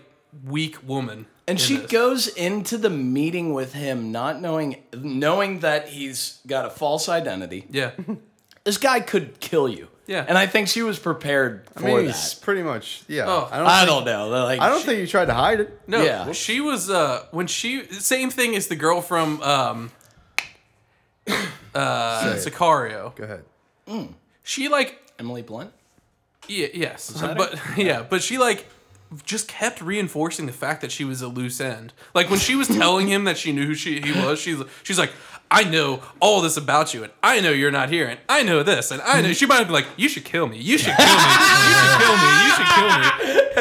Speaker 1: weak woman. in
Speaker 3: And she
Speaker 1: this.
Speaker 3: goes into the meeting with him not knowing knowing that he's got a false identity.
Speaker 1: Yeah.
Speaker 3: This guy could kill you.
Speaker 1: Yeah.
Speaker 3: And I think she was prepared
Speaker 2: I
Speaker 3: for
Speaker 2: mean, he's
Speaker 3: that.
Speaker 2: pretty much yeah.
Speaker 1: Oh.
Speaker 2: I don't.
Speaker 3: I
Speaker 2: I
Speaker 3: don't know. Like
Speaker 2: don't, think you tried to hide it.
Speaker 1: No,
Speaker 3: Yeah.
Speaker 1: she was uh when she same thing as the girl from um uh
Speaker 2: Say it.
Speaker 1: Sicario.
Speaker 2: Go ahead.
Speaker 1: She like
Speaker 3: Emily Blunt?
Speaker 1: yeah, yes.
Speaker 3: that
Speaker 1: But yeah, but she like just kept reinforcing the fact that she was a loose end. Like when she was telling him that she knew who she he was, she's she's like I know all this about you, and I know you're not here, and I know this, and I know. She might have been like, "You should kill me. You should kill me. You should kill me. You should kill me.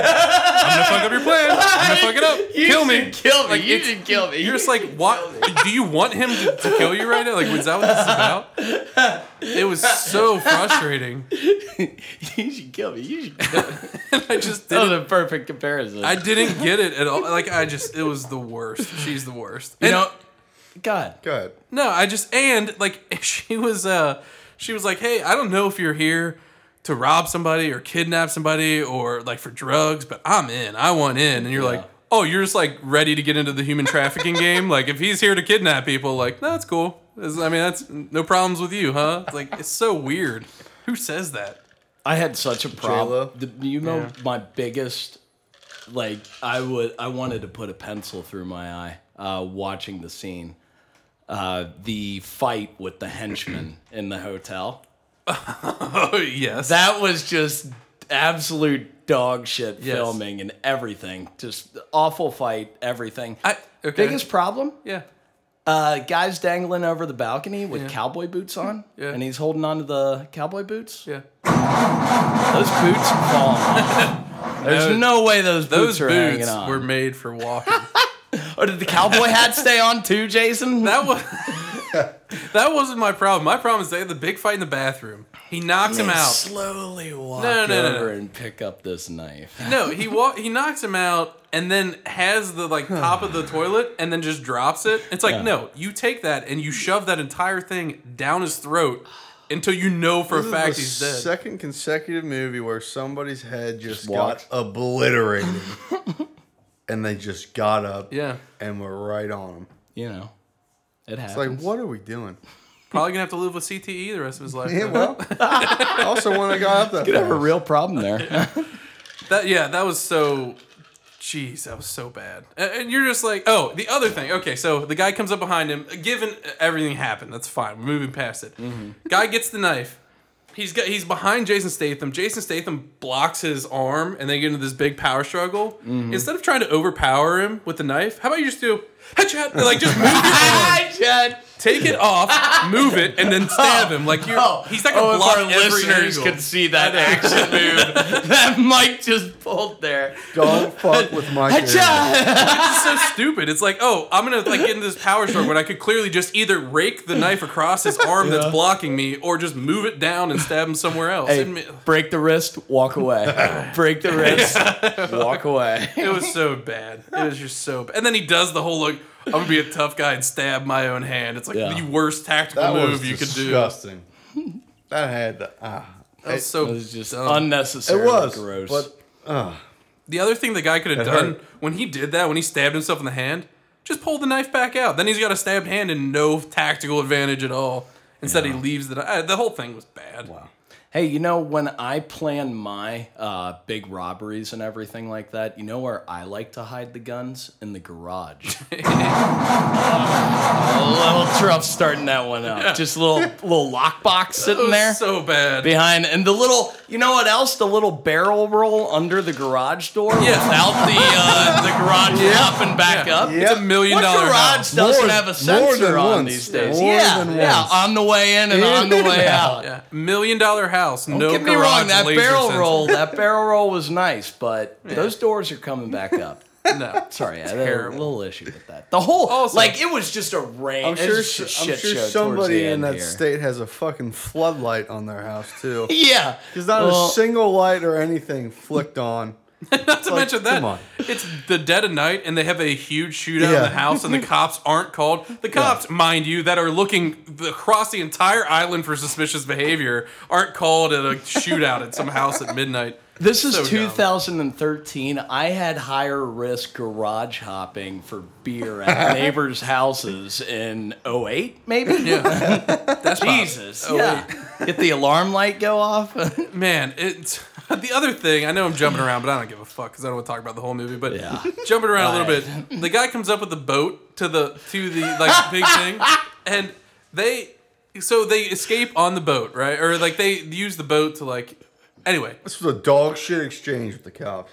Speaker 1: I'm gonna fuck up your plan. I'm gonna fuck it up. kill me.
Speaker 3: Kill me. you
Speaker 1: it's-
Speaker 3: should kill me.
Speaker 1: You're just like, what? Do you want him to, to kill you right now? Like, was that what this is about? It was so frustrating.
Speaker 3: you should kill me. You should kill me.
Speaker 1: I just
Speaker 3: that was
Speaker 1: didn't.
Speaker 3: a perfect comparison.
Speaker 1: I didn't get it at all. Like, I just, it was the worst. She's the worst.
Speaker 3: you
Speaker 1: And-
Speaker 3: know God.
Speaker 2: Go ahead.
Speaker 1: No, I just and like she was uh she was like, "Hey, I don't know if you're here to rob somebody or kidnap somebody or like for drugs, but I'm in. I want in." And you're
Speaker 3: Yeah.
Speaker 1: like, "Oh, you're just like ready to get into the human trafficking game? Like if he's here to kidnap people, like, no, that's cool. It's- I mean, that's no problems with you, huh?" It's like it's so weird. Who says that?
Speaker 3: I had such a problem.
Speaker 2: J-Lo?
Speaker 3: The- You know, my biggest, like, I would, I wanted to put a pencil through my eye uh, watching the scene, uh, the fight with the henchman in the hotel.
Speaker 1: Oh, yes.
Speaker 3: That was just absolute dog shit
Speaker 1: Yes.
Speaker 3: filming and everything. Just awful fight, everything.
Speaker 1: I, okay.
Speaker 3: Biggest problem?
Speaker 1: yeah.
Speaker 3: Uh, guys dangling over the balcony with cowboy boots on,
Speaker 1: Yeah.
Speaker 3: and he's holding on to the cowboy boots.
Speaker 1: Yeah.
Speaker 3: Those boots fall off. There's
Speaker 1: Those-
Speaker 3: no way those boots
Speaker 1: Those
Speaker 3: are hanging
Speaker 1: boots
Speaker 3: on.
Speaker 1: were made for walking.
Speaker 3: Or did the cowboy hat stay on too, Jason?
Speaker 1: That was that wasn't my problem. My problem is they had the big fight in the bathroom. He knocks him out.
Speaker 3: Slowly walk
Speaker 1: No, no, no, no.
Speaker 3: over and pick up this knife.
Speaker 1: No, he wa- he knocks him out and then has the like top of the toilet and then just drops it. It's like
Speaker 3: Yeah.
Speaker 1: no, you take that and you shove that entire thing down his throat until you know for a fact
Speaker 2: This is
Speaker 1: he's
Speaker 2: the
Speaker 1: dead.
Speaker 2: Second consecutive movie where somebody's head just,
Speaker 3: walked.
Speaker 2: got obliterated, and they just got up.
Speaker 1: yeah,
Speaker 2: And we're right on them.
Speaker 3: You know, it
Speaker 2: It's
Speaker 3: happens.
Speaker 2: like, what are we doing?
Speaker 1: probably gonna have to live with CTE the rest of his life.
Speaker 2: Yeah,
Speaker 1: though.
Speaker 2: well, also when I got up that
Speaker 3: You have a
Speaker 2: fast.
Speaker 3: real problem there.
Speaker 1: That yeah, that was so. Jeez, that was so bad. And, and you're just like, oh, the other thing. Okay, so the guy
Speaker 3: Mm-hmm.
Speaker 1: comes up behind him. Given everything happened, that's fine. We're moving past it. Guy gets the knife, He's got he's behind Jason Statham. Jason Statham blocks his arm, and they get into this big power struggle.
Speaker 3: Mm-hmm.
Speaker 1: Instead of trying to overpower him with the knife, how about you just do headshot? And, Like just move your arm,
Speaker 3: Chad.
Speaker 1: take it off, move it, and then stab him. Like you're he's not gonna
Speaker 3: oh, if
Speaker 1: block
Speaker 3: our
Speaker 1: every
Speaker 3: listeners
Speaker 1: angle.
Speaker 3: could see that action move that Mike just pulled there.
Speaker 2: Don't fuck with my game.
Speaker 1: It's so stupid. It's like, oh, I'm gonna like get into this power stroke when I could clearly just either rake the knife across his arm that's blocking me, or just move it down and stab him somewhere else.
Speaker 3: Hey,
Speaker 1: Admit-
Speaker 3: break the wrist, walk away. break the wrist, walk away.
Speaker 1: It was so bad. It was just so bad. And then he does the whole like, I'm gonna be a tough guy and stab my own hand. It's like
Speaker 3: Yeah.
Speaker 1: the worst tactical
Speaker 2: That
Speaker 1: move
Speaker 2: was
Speaker 1: you could do. That
Speaker 2: disgusting. That had the ah.
Speaker 1: was so
Speaker 3: It was just
Speaker 1: dumb.
Speaker 3: unnecessary.
Speaker 2: It was
Speaker 3: gross.
Speaker 2: But
Speaker 1: the other thing the guy could have done
Speaker 2: hurt.
Speaker 1: when he did that, when he stabbed himself in the hand, just pull the knife back out. Then he's got a stabbed hand and no tactical advantage at all. Instead, he leaves the uh, the whole thing was bad. Wow.
Speaker 3: Hey, you know, when I plan my uh, big robberies and everything like that, you know where I like to hide the guns? In the garage. a little truff starting that one up. Just a little, little lockbox
Speaker 1: It
Speaker 3: sitting
Speaker 1: was
Speaker 3: there
Speaker 1: so bad.
Speaker 3: behind. And the little, you know what else? The little barrel roll under the garage door without the, uh, the garage up and back
Speaker 1: Yeah.
Speaker 3: up.
Speaker 1: It's a million
Speaker 3: What
Speaker 1: dollar
Speaker 3: garage
Speaker 1: house.
Speaker 3: doesn't
Speaker 2: More-
Speaker 3: have a
Speaker 2: more
Speaker 3: sensor
Speaker 2: than
Speaker 3: on
Speaker 2: once.
Speaker 3: these days?
Speaker 2: More
Speaker 3: yeah,
Speaker 2: than
Speaker 3: yeah,
Speaker 2: once.
Speaker 3: on the way in and
Speaker 2: In
Speaker 3: on the
Speaker 2: and
Speaker 3: way
Speaker 2: out.
Speaker 3: out.
Speaker 1: Yeah, million dollar house. no
Speaker 3: Don't get me
Speaker 1: garage
Speaker 3: wrong, that
Speaker 1: laser
Speaker 3: barrel
Speaker 1: sensor.
Speaker 3: roll, that barrel roll was nice, but those doors are coming back up.
Speaker 1: No,
Speaker 3: Sorry, I had a
Speaker 1: terrible.
Speaker 3: little issue with that. The whole,
Speaker 1: Also-
Speaker 3: like, it was just a rain.
Speaker 2: I'm
Speaker 3: it
Speaker 2: sure,
Speaker 3: was just a
Speaker 2: I'm
Speaker 3: shit
Speaker 2: sure
Speaker 3: show towards
Speaker 2: somebody
Speaker 3: the
Speaker 2: in
Speaker 3: end
Speaker 2: that
Speaker 3: here.
Speaker 2: state has a fucking floodlight on their house too.
Speaker 3: Yeah,
Speaker 2: There's not
Speaker 3: Well,
Speaker 2: a single light or anything flicked on.
Speaker 1: Not to mention that
Speaker 2: come on.
Speaker 1: it's the dead of night, and they have a huge shootout in
Speaker 2: Yeah.
Speaker 1: the house, and the cops aren't called. The cops, mind you, that are looking th- across the entire island for suspicious behavior, aren't called at a shootout at some house at midnight.
Speaker 3: This is
Speaker 1: So dumb.
Speaker 3: 2013. I had higher risk garage hopping for beer at neighbors' houses in 08, maybe.
Speaker 1: Yeah,
Speaker 3: Jesus, yeah. Get the alarm light go off.
Speaker 1: man. It's the other thing. I know I'm jumping around, but I don't give a fuck because I don't want to talk about the whole movie. But
Speaker 3: Yeah.
Speaker 1: jumping around a little bit, the guy comes up with the boat to the to the like big thing, and they so they escape on the boat, right? Or like they use the boat to like. Anyway,
Speaker 2: This was a dog shit exchange with the cops.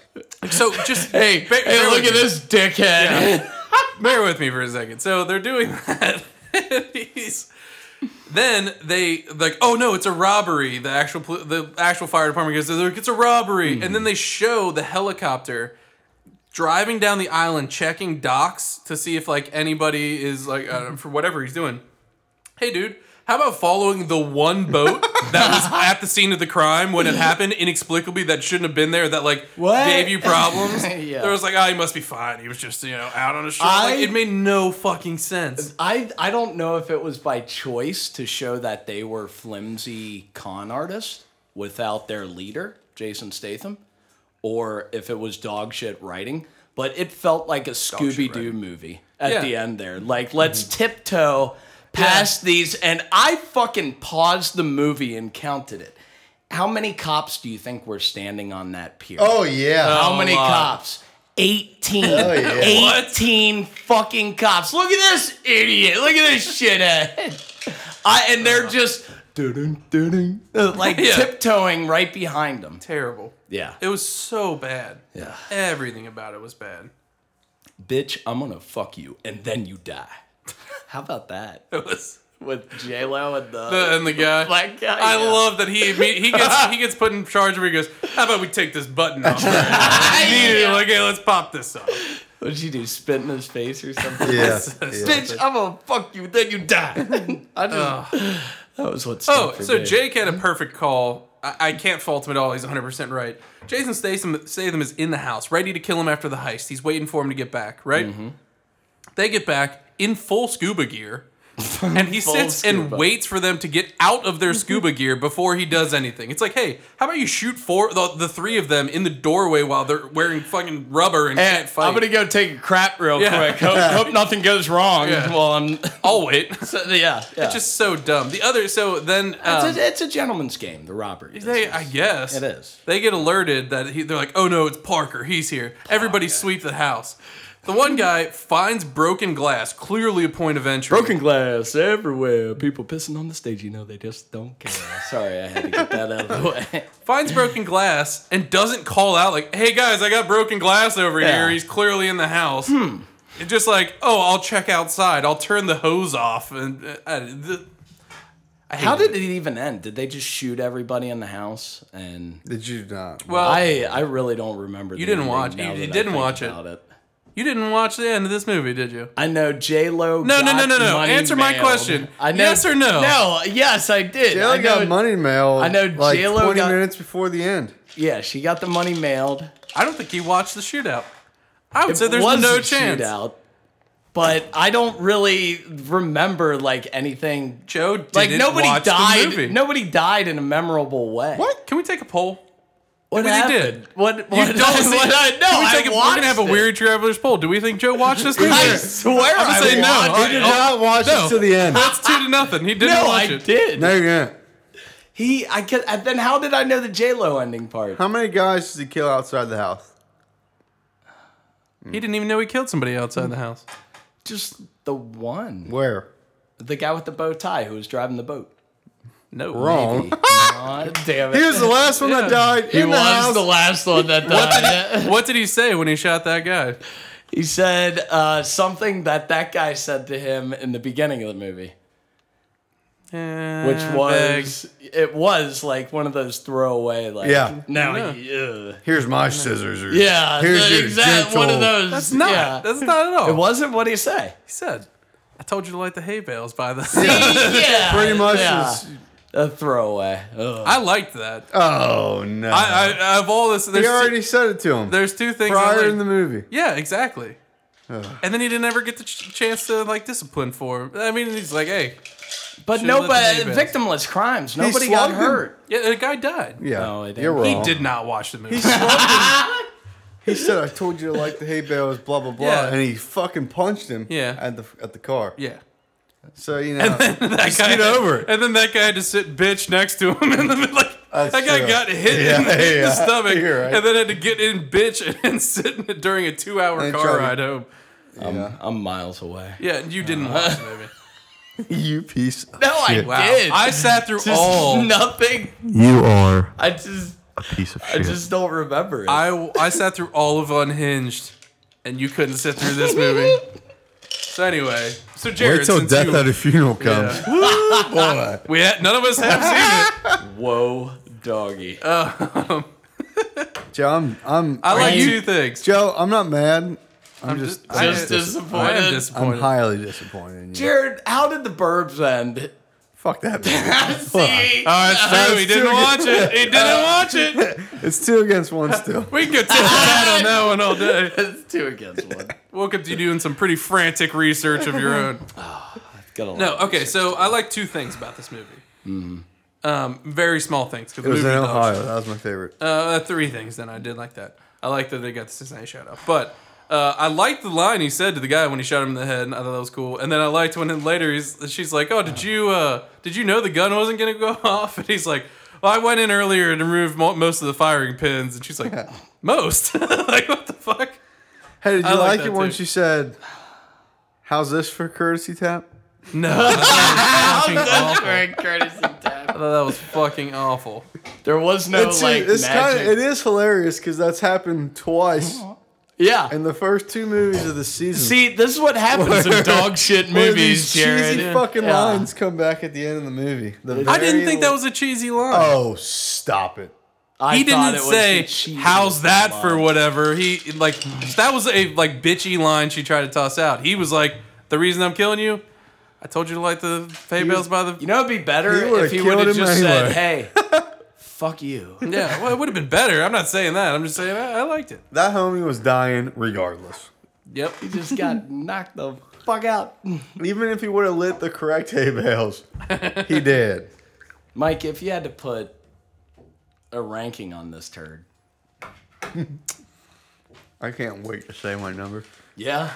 Speaker 1: So just
Speaker 3: hey,
Speaker 1: bear-
Speaker 3: hey,
Speaker 1: bear
Speaker 3: look
Speaker 1: with
Speaker 3: at
Speaker 1: me.
Speaker 3: this dickhead.
Speaker 1: Bear with me for a second. So they're doing that. He's- then they like, oh no, it's a robbery. The actual pol- the actual fire department goes, they're like, it's a robbery, and then they show the helicopter driving down the island, checking docks to see if like anybody is like
Speaker 3: Mm-hmm.
Speaker 1: uh, for whatever he's doing. Hey, dude. How about following the one boat that was at the scene of the crime when it happened inexplicably that shouldn't have been there that like
Speaker 3: What?
Speaker 1: gave you problems?
Speaker 3: Yeah.
Speaker 1: There was like, oh, he must be fine. He was just you know out on a shore.
Speaker 3: I-
Speaker 1: Like, it made no fucking sense.
Speaker 3: I I don't know if it was by choice to show that they were flimsy con artists without their leader, Jason Statham, or if it was dog shit writing, but it felt like a Scooby Doo movie at
Speaker 1: Yeah.
Speaker 3: the end there. Like let's tiptoe past these and I fucking paused the movie and counted it. How many cops do you think were standing on that pier?
Speaker 2: Oh yeah.
Speaker 3: How many cops? 18.
Speaker 2: yeah.
Speaker 3: 18 fucking cops. Look at this idiot. Look at this shithead. I, and they're just doo-doo, doo-doo, uh, like
Speaker 1: Yeah.
Speaker 3: tiptoeing right behind them.
Speaker 1: Terrible.
Speaker 3: Yeah.
Speaker 1: It was so bad.
Speaker 3: Yeah.
Speaker 1: Everything about it was bad.
Speaker 3: Bitch, I'm going to fuck you and then you die. How about that?
Speaker 1: It was.
Speaker 3: With J-Lo and the...
Speaker 1: The, Uh, and the guy,
Speaker 3: Black guy,
Speaker 1: I
Speaker 3: yeah.
Speaker 1: love that he imme- he gets he gets put in charge of. it. He goes, "How about we take this button off?" Immediately, like, "Hey, let's pop this up."
Speaker 3: What'd she do, spit in his face or
Speaker 1: Oh,
Speaker 3: something?
Speaker 2: Yeah. yeah.
Speaker 3: Bitch, I'm going to fuck you, then you die. I just... That was what stuck
Speaker 1: Oh,
Speaker 3: for
Speaker 1: so
Speaker 3: me.
Speaker 1: Jake had a perfect call. I, I can't fault him at all. He's 100% right. Jason Statham, Statham is in the house, ready to kill him after the heist. He's waiting for him to get back, right?
Speaker 3: Mm-hmm.
Speaker 1: They get back in full scuba gear, and he
Speaker 3: Full
Speaker 1: sits and
Speaker 3: scuba.
Speaker 1: waits for them to get out of their scuba gear before he does anything. It's like, hey, how about you shoot four, the, the three of them in the doorway while they're wearing fucking rubber and
Speaker 3: And
Speaker 1: can't fight?
Speaker 3: I'm gonna go take a crap real
Speaker 1: Yeah.
Speaker 3: quick. Hope, hope nothing goes wrong.
Speaker 1: Yeah.
Speaker 3: Well, I'm.
Speaker 1: I'll wait.
Speaker 3: So, Oh, yeah, yeah.
Speaker 1: It's just so dumb. The other, so then. um,
Speaker 3: it's, a, it's a gentleman's game. The robbery.
Speaker 1: They, I guess
Speaker 3: It is.
Speaker 1: They get alerted that he, they're like, "Oh no, it's Parker. He's here." Everybody sweep the house. The one guy finds broken glass, clearly a point of entry.
Speaker 3: Broken glass everywhere. People pissing on the stage. You know, they just don't care. Sorry, I had to get that out of the way.
Speaker 1: finds broken glass and doesn't call out like, "Hey guys, I got broken glass over
Speaker 3: Yeah. Hmm.
Speaker 1: here. He's clearly in the house." It's just like, "Oh, I'll check outside. I'll turn the hose off." And uh, I, the, I hate
Speaker 3: How
Speaker 1: it.
Speaker 3: did it even end? Did they just shoot everybody in the house? And
Speaker 2: Did you not?
Speaker 1: well,
Speaker 3: I, I really don't remember. You
Speaker 1: didn't watch- you- you didn't watch it. you didn't watch the end of this movie, did you?
Speaker 3: I know J Lo.
Speaker 1: No, no, no, no, no. Answer my question. Yes or no?
Speaker 3: No. Yes, I did.
Speaker 2: J-Lo
Speaker 3: I know,
Speaker 2: got money mail.
Speaker 3: I know
Speaker 2: like
Speaker 3: J-Lo
Speaker 2: 20
Speaker 3: got-
Speaker 2: minutes before the end.
Speaker 3: Yeah, she got the money mailed.
Speaker 1: I don't think he watched the shootout. I would say
Speaker 3: It
Speaker 1: there's
Speaker 3: was
Speaker 1: no
Speaker 3: a
Speaker 1: chance.
Speaker 3: Shootout, but I don't really remember like anything.
Speaker 1: Joe didn't
Speaker 3: Like nobody
Speaker 1: watch
Speaker 3: died.
Speaker 1: the movie.
Speaker 3: Nobody died in a memorable way.
Speaker 1: What? Can we take a poll?
Speaker 3: What
Speaker 1: We
Speaker 3: happened?
Speaker 1: did.
Speaker 3: What?
Speaker 1: You
Speaker 3: What?
Speaker 1: don't see-
Speaker 3: what I, no,
Speaker 1: Can we
Speaker 3: I
Speaker 1: take a- We're gonna have a
Speaker 3: watched it.
Speaker 1: weird travelers poll. Do we think Joe watched this movie?
Speaker 3: I swear
Speaker 1: I'm
Speaker 3: I
Speaker 1: gonna say no.
Speaker 3: watched
Speaker 1: I-
Speaker 3: it.
Speaker 2: Did
Speaker 1: I'll-
Speaker 2: not watch
Speaker 1: no.
Speaker 2: it to the end.
Speaker 1: That's two to nothing. He didn't
Speaker 3: No,
Speaker 1: watch
Speaker 3: I
Speaker 1: it.
Speaker 3: did.
Speaker 2: no, you're not.
Speaker 3: He, I could. and Then how did I know the J Lo ending part?
Speaker 2: How many guys does he kill outside the house?
Speaker 1: He didn't even know he killed somebody outside the house.
Speaker 3: Just the one,
Speaker 2: Where?
Speaker 3: the guy with the bow tie who was driving the boat.
Speaker 1: No.
Speaker 2: Wrong.
Speaker 3: Aw, damn it.
Speaker 2: He was the last one that died
Speaker 3: He
Speaker 2: in the
Speaker 3: was
Speaker 2: house.
Speaker 3: the last one that died.
Speaker 1: What did he say when he shot that guy?
Speaker 3: he said uh, something that that guy said to him in the beginning of the movie.
Speaker 1: Eh,
Speaker 3: which was it was like one of those throwaway like
Speaker 2: Yeah.
Speaker 3: now uh,
Speaker 1: Yeah.
Speaker 3: yeah
Speaker 2: Here's my scissors. Or
Speaker 3: yeah
Speaker 2: Here's
Speaker 3: the
Speaker 2: your
Speaker 3: exact one of
Speaker 2: gentle-
Speaker 3: those
Speaker 1: That's not.
Speaker 3: yeah.
Speaker 1: That's not at all.
Speaker 3: it wasn't what he say
Speaker 1: He said, "I told you to light the hay bales by the."
Speaker 3: yeah
Speaker 2: Pretty much.
Speaker 3: yeah.
Speaker 2: is-
Speaker 3: a throwaway Ugh.
Speaker 1: I liked that.
Speaker 2: oh no.
Speaker 1: I, I of all this, there's
Speaker 2: he
Speaker 1: two,
Speaker 2: already said it to him
Speaker 1: there's two things. I
Speaker 2: prior
Speaker 1: like-
Speaker 2: in the movie.
Speaker 1: yeah, exactly. And then he didn't ever get the ch- chance to like discipline for him. I mean, he's like, "Hey,
Speaker 3: but
Speaker 1: should've let
Speaker 3: nobody
Speaker 1: the neighbors.
Speaker 3: victimless crimes nobody got
Speaker 2: slugged him.
Speaker 3: hurt
Speaker 1: yeah, the guy died.
Speaker 2: Yeah,
Speaker 3: No, I didn't.
Speaker 2: you're
Speaker 1: He
Speaker 2: wrong.
Speaker 1: did not watch the movie.
Speaker 2: He said, "I told you to like the hay bales, blah blah blah,"
Speaker 1: Yeah.
Speaker 2: and he fucking punched him.
Speaker 1: Yeah.
Speaker 2: at the at the car.
Speaker 1: yeah.
Speaker 2: So you know,
Speaker 1: That guy,
Speaker 2: get over it.
Speaker 1: And then that guy had to sit bitch next to him, and then like
Speaker 2: That's
Speaker 1: that guy
Speaker 2: true.
Speaker 1: got hit
Speaker 2: Yeah,
Speaker 1: in, hit in the
Speaker 2: yeah.
Speaker 1: stomach,
Speaker 2: You're right.
Speaker 1: and then had to get in bitch and, sit in it during a two-hour
Speaker 2: And
Speaker 1: car
Speaker 2: try to-
Speaker 1: ride home.
Speaker 2: yeah.
Speaker 3: i'm miles away
Speaker 1: Yeah, you
Speaker 3: Uh,
Speaker 1: didn't watch the movie.
Speaker 2: you piece. Of
Speaker 3: no i
Speaker 2: shit.
Speaker 1: Wow,
Speaker 3: did
Speaker 1: I sat through
Speaker 3: just Oh.
Speaker 1: all.
Speaker 3: nothing
Speaker 2: You are
Speaker 3: i just
Speaker 2: a piece of
Speaker 3: i
Speaker 2: shit.
Speaker 3: just don't remember it
Speaker 1: I I sat through all of Unhinged, and you couldn't sit through this movie. So anyway, so Jared,
Speaker 2: Wait till
Speaker 1: since
Speaker 2: death
Speaker 1: you-
Speaker 2: at a funeral comes. Woo, boy.
Speaker 1: we had, none of us have seen it.
Speaker 3: whoa doggy
Speaker 2: Joe, I'm, I'm,
Speaker 1: I like
Speaker 2: I'm-
Speaker 1: two things.
Speaker 2: Joe, I'm not mad. I'm, just,
Speaker 1: I am-
Speaker 3: Just
Speaker 1: I
Speaker 3: disappointed.
Speaker 1: am
Speaker 3: I'm
Speaker 2: I'm
Speaker 1: disappointed.
Speaker 2: highly disappointed. In you.
Speaker 3: jared how did the burbs end
Speaker 2: Fuck that. man. Fuck.
Speaker 1: Oh, it's true. He
Speaker 2: That's
Speaker 1: didn't
Speaker 2: too
Speaker 1: watch it. He didn't watch it.
Speaker 2: It's two against one still.
Speaker 1: We can go tip the hat on that one all day.
Speaker 3: It's two against one.
Speaker 1: woke up to you doing some pretty frantic research of your own.
Speaker 3: Got a lot.
Speaker 1: No, okay, so I like two things about this movie. Um, very small things. 'cause
Speaker 2: It
Speaker 1: the
Speaker 2: was in
Speaker 1: movie dodged-
Speaker 2: Ohio. That was my favorite.
Speaker 1: Uh, three things. Then I did like that. I like that they got the Cincinnati shout out, but. Uh, I liked the line he said to the guy when he shot him in the head, and I thought that was cool. And then I liked when then later he's, she's like, "Oh, did you uh, did you know the gun wasn't gonna go off?" And he's like, "Well, I went in earlier and removed mo- most of the firing pins." And she's like, "Most? like what the fuck?"
Speaker 2: Hey, did you
Speaker 1: I like
Speaker 2: like,
Speaker 1: that
Speaker 2: it when
Speaker 1: too.
Speaker 2: she said, "How's this for courtesy tap?"
Speaker 1: No, that was fucking awful.
Speaker 3: courtesy tap.
Speaker 1: I thought that was fucking awful.
Speaker 3: There was no
Speaker 2: it's
Speaker 3: like
Speaker 2: it's kind
Speaker 3: magic.
Speaker 2: of it is hilarious because that's happened twice
Speaker 1: Uh-huh.
Speaker 3: yeah.
Speaker 2: in the first two movies of the season.
Speaker 3: See, this is what happens in dog shit
Speaker 2: Where
Speaker 3: movies,
Speaker 2: these
Speaker 3: Jared.
Speaker 2: cheesy fucking
Speaker 3: Yeah.
Speaker 2: lines come back at the end of the movie. The
Speaker 1: I didn't
Speaker 2: very
Speaker 1: think that was a cheesy line.
Speaker 2: Oh, stop it!
Speaker 3: I
Speaker 1: he
Speaker 3: thought
Speaker 1: didn't
Speaker 3: it was the
Speaker 1: say
Speaker 3: cheesiest
Speaker 1: how's that for
Speaker 3: line.
Speaker 1: whatever. He like that was a like bitchy line she tried to toss out. He was like, "The reason I'm killing you, I told you to light the hay bales by the
Speaker 3: You know, it'd be better
Speaker 2: He would've
Speaker 3: if he
Speaker 2: killed
Speaker 3: would have
Speaker 2: him
Speaker 3: just said,
Speaker 2: anyway.
Speaker 3: "Hey, fuck you."
Speaker 1: yeah." Well, it would have been better. I'm not saying that. I'm just saying I, I liked it.
Speaker 2: That homie was dying regardless.
Speaker 1: Yep.
Speaker 3: He just got knocked the fuck out.
Speaker 2: Even if he would have lit the correct hay bales, he did.
Speaker 3: Mike, if you had to put a ranking on this turd,
Speaker 2: I can't wait to say my number.
Speaker 3: yeah,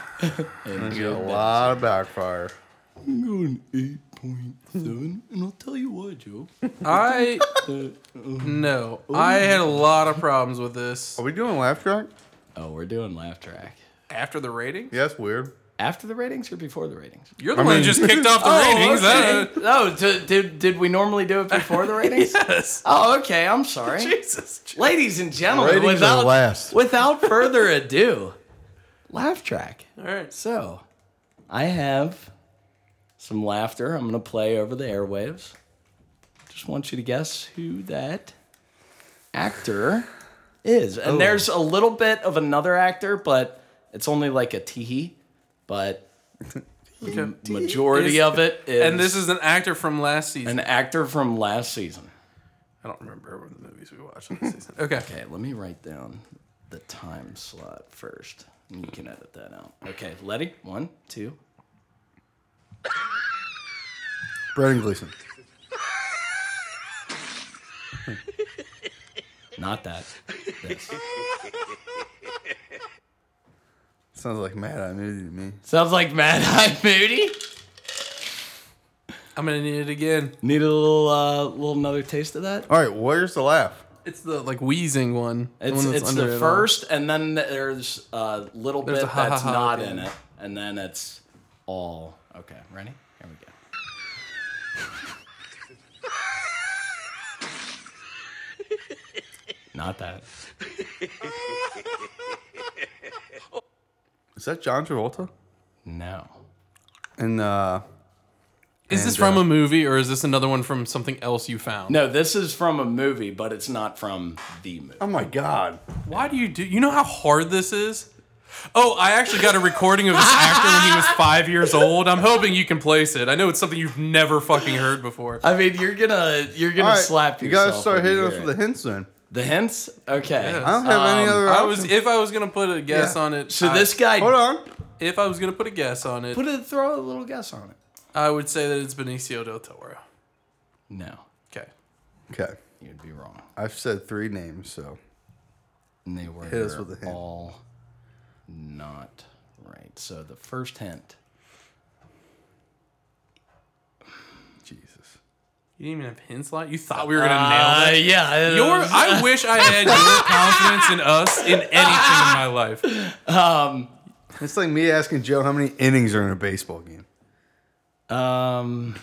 Speaker 2: There's a lot of backfire.
Speaker 3: I'm going eight point seven, and I'll tell you why, Joe.
Speaker 1: I no. I had a lot of problems with this.
Speaker 2: Are we doing laugh track?
Speaker 3: Oh, we're doing laugh track.
Speaker 1: after the ratings?
Speaker 2: Yeah, that's weird.
Speaker 3: After the ratings or before the ratings?
Speaker 1: You're the one who
Speaker 2: mean-
Speaker 1: just kicked off the ratings.
Speaker 3: Oh, okay.
Speaker 2: uh,
Speaker 3: No, d- did did we normally do it before the ratings?
Speaker 1: Uh, yes.
Speaker 3: Oh, okay. I'm sorry.
Speaker 1: Jesus.
Speaker 3: Ladies and
Speaker 1: Oh,
Speaker 3: gentlemen,
Speaker 2: Ratings are
Speaker 3: without
Speaker 2: last.
Speaker 3: without further ado, laugh track.
Speaker 1: All right.
Speaker 3: So, I have some laughter. I'm gonna play over the airwaves. Just want you to guess who that actor is.
Speaker 1: Oh.
Speaker 3: And there's a little bit of another actor, but it's only like a tee. But Mm-hmm.
Speaker 1: Okay.
Speaker 3: majority
Speaker 1: Is-
Speaker 3: of it is
Speaker 1: And this is an actor from last season.
Speaker 3: an actor from last season.
Speaker 1: I don't remember what the movies we watched last season. Okay.
Speaker 3: Okay, let me write down the time slot first. and You can edit that out. Okay, Letty, one, two.
Speaker 2: Brendan Gleeson.
Speaker 3: Not that. This.
Speaker 2: Sounds like Mad Eye Moody to me.
Speaker 3: Sounds like Mad Eye Moody.
Speaker 1: I'm gonna need it again.
Speaker 3: Need a little, uh, little another taste of that.
Speaker 2: All right, where's the laugh?
Speaker 1: It's the like wheezing one. the
Speaker 3: It's,
Speaker 1: one that's
Speaker 3: it's
Speaker 1: under
Speaker 3: the
Speaker 1: it all.
Speaker 3: first, and then there's a little
Speaker 1: There's
Speaker 3: bit
Speaker 1: a ha, ha,
Speaker 3: that's
Speaker 1: ha
Speaker 3: not
Speaker 1: at the
Speaker 3: in
Speaker 1: end.
Speaker 3: it, and then it's all. Okay, ready? Here we go. Not that.
Speaker 2: Is that John Travolta?
Speaker 3: No.
Speaker 2: And uh,
Speaker 1: Is this
Speaker 2: And,
Speaker 1: from
Speaker 2: uh,
Speaker 1: a movie or is this another one from something else you found?
Speaker 3: No, this is from a movie, but it's not from the movie.
Speaker 2: oh my God,
Speaker 1: Why do you do? You know how hard this is. Oh, I actually got a recording of this actor when he was five years old. I'm hoping you can place it. I know it's something you've never fucking heard before.
Speaker 3: I mean, you're gonna you're gonna
Speaker 2: All right,
Speaker 3: slap
Speaker 2: You
Speaker 3: yourself.
Speaker 2: gotta start
Speaker 3: when you
Speaker 2: hitting us
Speaker 3: hear
Speaker 2: with the
Speaker 3: it.
Speaker 2: hints then.
Speaker 3: the hints. Okay.
Speaker 1: Yeah.
Speaker 2: I don't have any
Speaker 3: Um,
Speaker 2: other.
Speaker 1: I was
Speaker 2: options.
Speaker 1: if I was gonna put a guess
Speaker 2: Yeah.
Speaker 1: on it.
Speaker 3: So
Speaker 1: I-
Speaker 3: this guy
Speaker 2: Hold on.
Speaker 1: if I was gonna put a guess on it,
Speaker 3: put a throw a little guess on it.
Speaker 1: I would say that it's Benicio del Toro.
Speaker 3: No,
Speaker 1: Okay.
Speaker 2: Okay,
Speaker 3: you'd be wrong.
Speaker 2: I've said three names, so
Speaker 3: And they were
Speaker 2: us with a hint.
Speaker 3: all not right. So the first hint.
Speaker 2: Jesus.
Speaker 1: You didn't even have hints like you thought we were gonna nail
Speaker 3: Uh,
Speaker 1: that.
Speaker 3: yeah.
Speaker 1: Your, I wish I had your confidence in us in anything in my life.
Speaker 2: It's like me asking Joe how many innings are in a baseball game.
Speaker 3: um.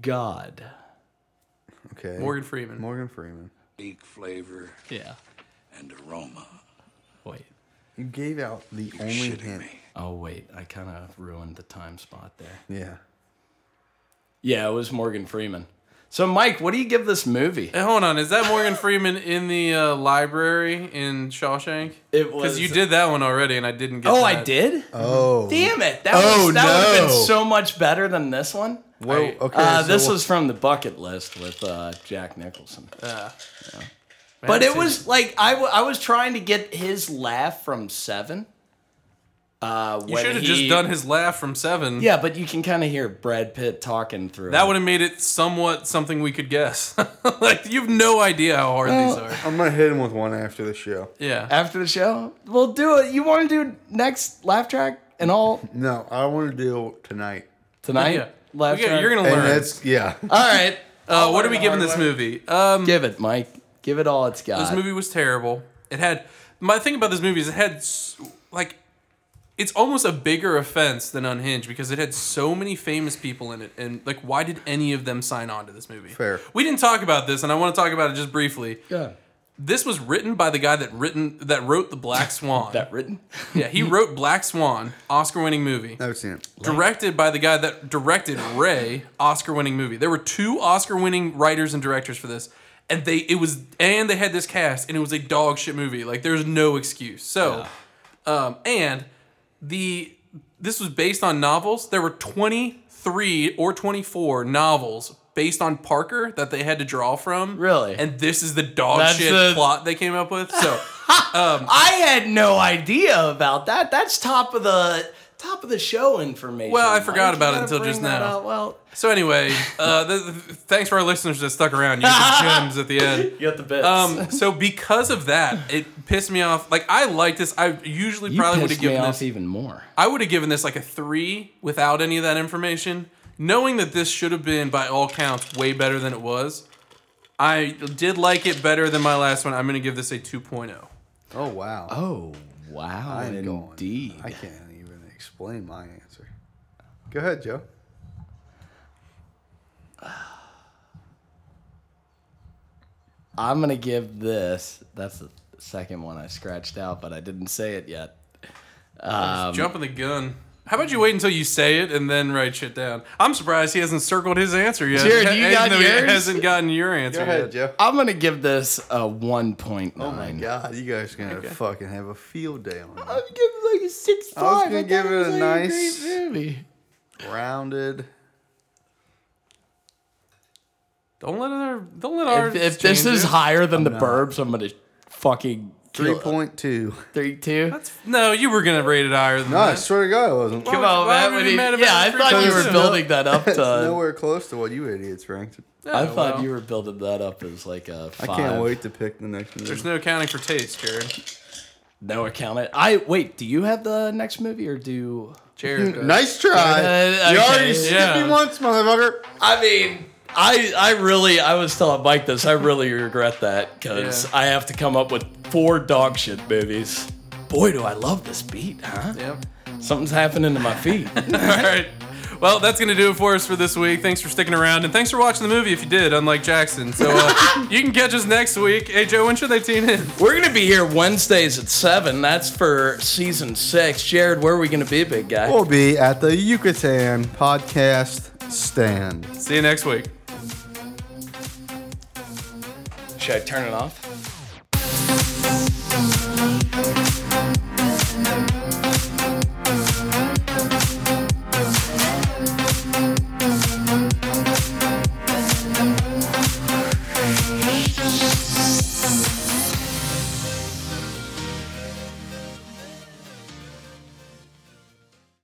Speaker 3: God.
Speaker 2: Okay.
Speaker 1: Morgan Freeman.
Speaker 2: Morgan Freeman.
Speaker 5: unique flavor
Speaker 3: Yeah.
Speaker 5: and aroma.
Speaker 3: Wait.
Speaker 2: You gave out the only
Speaker 5: Shitting
Speaker 2: hint.
Speaker 5: me.
Speaker 3: Oh wait, I kind of ruined the time spot there.
Speaker 2: Yeah.
Speaker 3: Yeah, it was Morgan Freeman. So, Mike, what do you give this movie?
Speaker 1: Hey, hold on, is that Morgan Freeman in the uh, library in Shawshank?
Speaker 3: It
Speaker 1: because
Speaker 3: was-
Speaker 1: you did that one already, and I didn't get.
Speaker 3: Oh,
Speaker 1: that.
Speaker 3: I did.
Speaker 2: Oh.
Speaker 3: Damn it! That
Speaker 2: Oh,
Speaker 3: was that would have
Speaker 2: no.
Speaker 3: been so much better than this one.
Speaker 2: Whoa.
Speaker 1: Alright.
Speaker 2: Okay.
Speaker 3: Uh,
Speaker 2: so
Speaker 3: this
Speaker 2: what-
Speaker 3: was from the bucket list with uh, Jack Nicholson.
Speaker 1: Uh,
Speaker 3: But it was like I, w- I was trying to get his laugh from Seven. Uh,
Speaker 1: You should have just done his laugh from seven.
Speaker 3: Yeah, but you can kind of hear Brad Pitt talking through.
Speaker 1: That
Speaker 3: it.
Speaker 1: would have made it somewhat something we could guess. like you've no idea how hard these are.
Speaker 2: I'm gonna hit him with one after the show.
Speaker 1: Yeah.
Speaker 3: after the show. We'll do it. You want to do next laugh track and all
Speaker 2: No, I want to deal tonight.
Speaker 3: tonight?
Speaker 1: yeah.
Speaker 3: Laugh
Speaker 1: We get-
Speaker 3: track. Oh,
Speaker 1: you're gonna
Speaker 2: And
Speaker 1: learn.
Speaker 2: that's yeah.
Speaker 3: All right.
Speaker 1: Uh, what are we giving this movie? Um,
Speaker 3: Give it, Mike. Give it all it's got.
Speaker 1: this movie was terrible. It had my thing about this movie is it had s- like it's almost a bigger offense than Unhinged because it had so many famous people in it, and like why did any of them sign on to this movie?
Speaker 2: Fair.
Speaker 1: We didn't talk about this, and I want to talk about it just briefly.
Speaker 3: Yeah.
Speaker 1: This was written by the guy that written that wrote the Black Swan.
Speaker 3: That written?
Speaker 1: yeah, he wrote Black Swan, Oscar-winning movie.
Speaker 2: I've seen it.
Speaker 1: Directed by the guy that directed Ray, Oscar-winning movie. There were two Oscar-winning writers and directors for this, and they it was and they had this cast, and it was a dog shit movie. Like there's no excuse. So, um, and the this was based on novels. There were 23 or 24 novels based on Parker that they had to draw from.
Speaker 3: Really?
Speaker 1: And this is the dog
Speaker 3: That's
Speaker 1: shit
Speaker 3: the-
Speaker 1: plot they came up with. So.
Speaker 3: I had no idea about that. That's top of the top of the show information.
Speaker 1: Well, I
Speaker 3: Mike.
Speaker 1: forgot
Speaker 3: You
Speaker 1: about it
Speaker 3: gotta
Speaker 1: until
Speaker 3: bring
Speaker 1: just
Speaker 3: that
Speaker 1: now.
Speaker 3: up. Well,
Speaker 1: So anyway, uh, th th- thanks for our listeners that stuck around. You did gems at the end.
Speaker 3: you got the bits.
Speaker 1: Um, so because of that, it pissed me off. Like I liked this. I usually
Speaker 3: you
Speaker 1: probably would
Speaker 3: pissed
Speaker 1: have
Speaker 3: me
Speaker 1: given
Speaker 3: off
Speaker 1: this.
Speaker 3: even more.
Speaker 1: I would have given this like a three without any of that information, knowing that this should have been by all counts way better than it was. I did like it better than my last one. I'm gonna give this a 2.0.
Speaker 2: Oh wow.
Speaker 3: Oh wow!
Speaker 2: I'm going.
Speaker 3: indeed.
Speaker 2: I can't even explain my answer. Go ahead, Joe.
Speaker 3: I'm gonna give this. That's the second one I scratched out, but I didn't say it yet. Um,
Speaker 1: Jumping the gun. How about you wait until you say it and then write shit down? I'm surprised he hasn't circled his answer yet.
Speaker 3: Jared, you
Speaker 1: Even
Speaker 3: got
Speaker 1: though he
Speaker 3: yours?
Speaker 1: hasn't gotten your answer
Speaker 2: Go ahead,
Speaker 1: yet.
Speaker 2: Joe.
Speaker 3: I'm gonna give this a one point nine.
Speaker 2: Oh my god, you guys are gonna fucking have a field day on that.
Speaker 3: giving like a six
Speaker 2: I was gonna give it a nice
Speaker 3: movie.
Speaker 2: rounded.
Speaker 1: Don't let our don't let
Speaker 3: If,
Speaker 1: our
Speaker 3: if this
Speaker 1: change
Speaker 3: is
Speaker 1: it.
Speaker 3: higher than the burbs, I'm gonna fucking
Speaker 2: Three
Speaker 3: kill
Speaker 2: point two.
Speaker 3: three two.
Speaker 1: No, you were gonna rate it higher than
Speaker 2: No, I
Speaker 1: that.
Speaker 2: swear to God, I wasn't.
Speaker 1: Come
Speaker 3: Well,
Speaker 1: Why
Speaker 3: that
Speaker 1: would
Speaker 3: would
Speaker 1: we
Speaker 3: be-
Speaker 1: be mad about
Speaker 3: yeah, I
Speaker 1: it?
Speaker 3: thought you
Speaker 1: Because
Speaker 3: were
Speaker 1: it's
Speaker 3: building that up
Speaker 2: It's
Speaker 3: to.
Speaker 2: nowhere close to what you idiots ranked.
Speaker 3: I thought
Speaker 1: well,
Speaker 3: you were building that up as like a
Speaker 2: I
Speaker 3: five.
Speaker 2: can't wait to pick the next movie.
Speaker 1: There's no accounting for taste, Jared.
Speaker 3: No account. it. I wait. Do you have the next movie or do?
Speaker 1: Jared, does.
Speaker 2: nice try.
Speaker 3: Uh, okay,
Speaker 2: you already skipped
Speaker 1: yeah.
Speaker 2: me once, motherfucker.
Speaker 3: I mean, I I really I was telling Mike this. I really regret that because
Speaker 1: Yeah.
Speaker 3: I have to come up with four dog shit movies. Boy, do I love this beat, huh?
Speaker 1: Yep.
Speaker 3: Something's happening to my feet.
Speaker 1: All right. Well, that's going to do it for us for this week. Thanks for sticking around, and thanks for watching the movie if you did, unlike Jackson. So uh, you can catch us next week. Hey, Joe, when should they tune in?
Speaker 3: We're gonna be here Wednesdays at seven. That's for season six. Jared, where are we gonna be, big guy?
Speaker 2: We'll be at the Yucatan podcast stand.
Speaker 1: See you next week.
Speaker 3: Should I turn it off?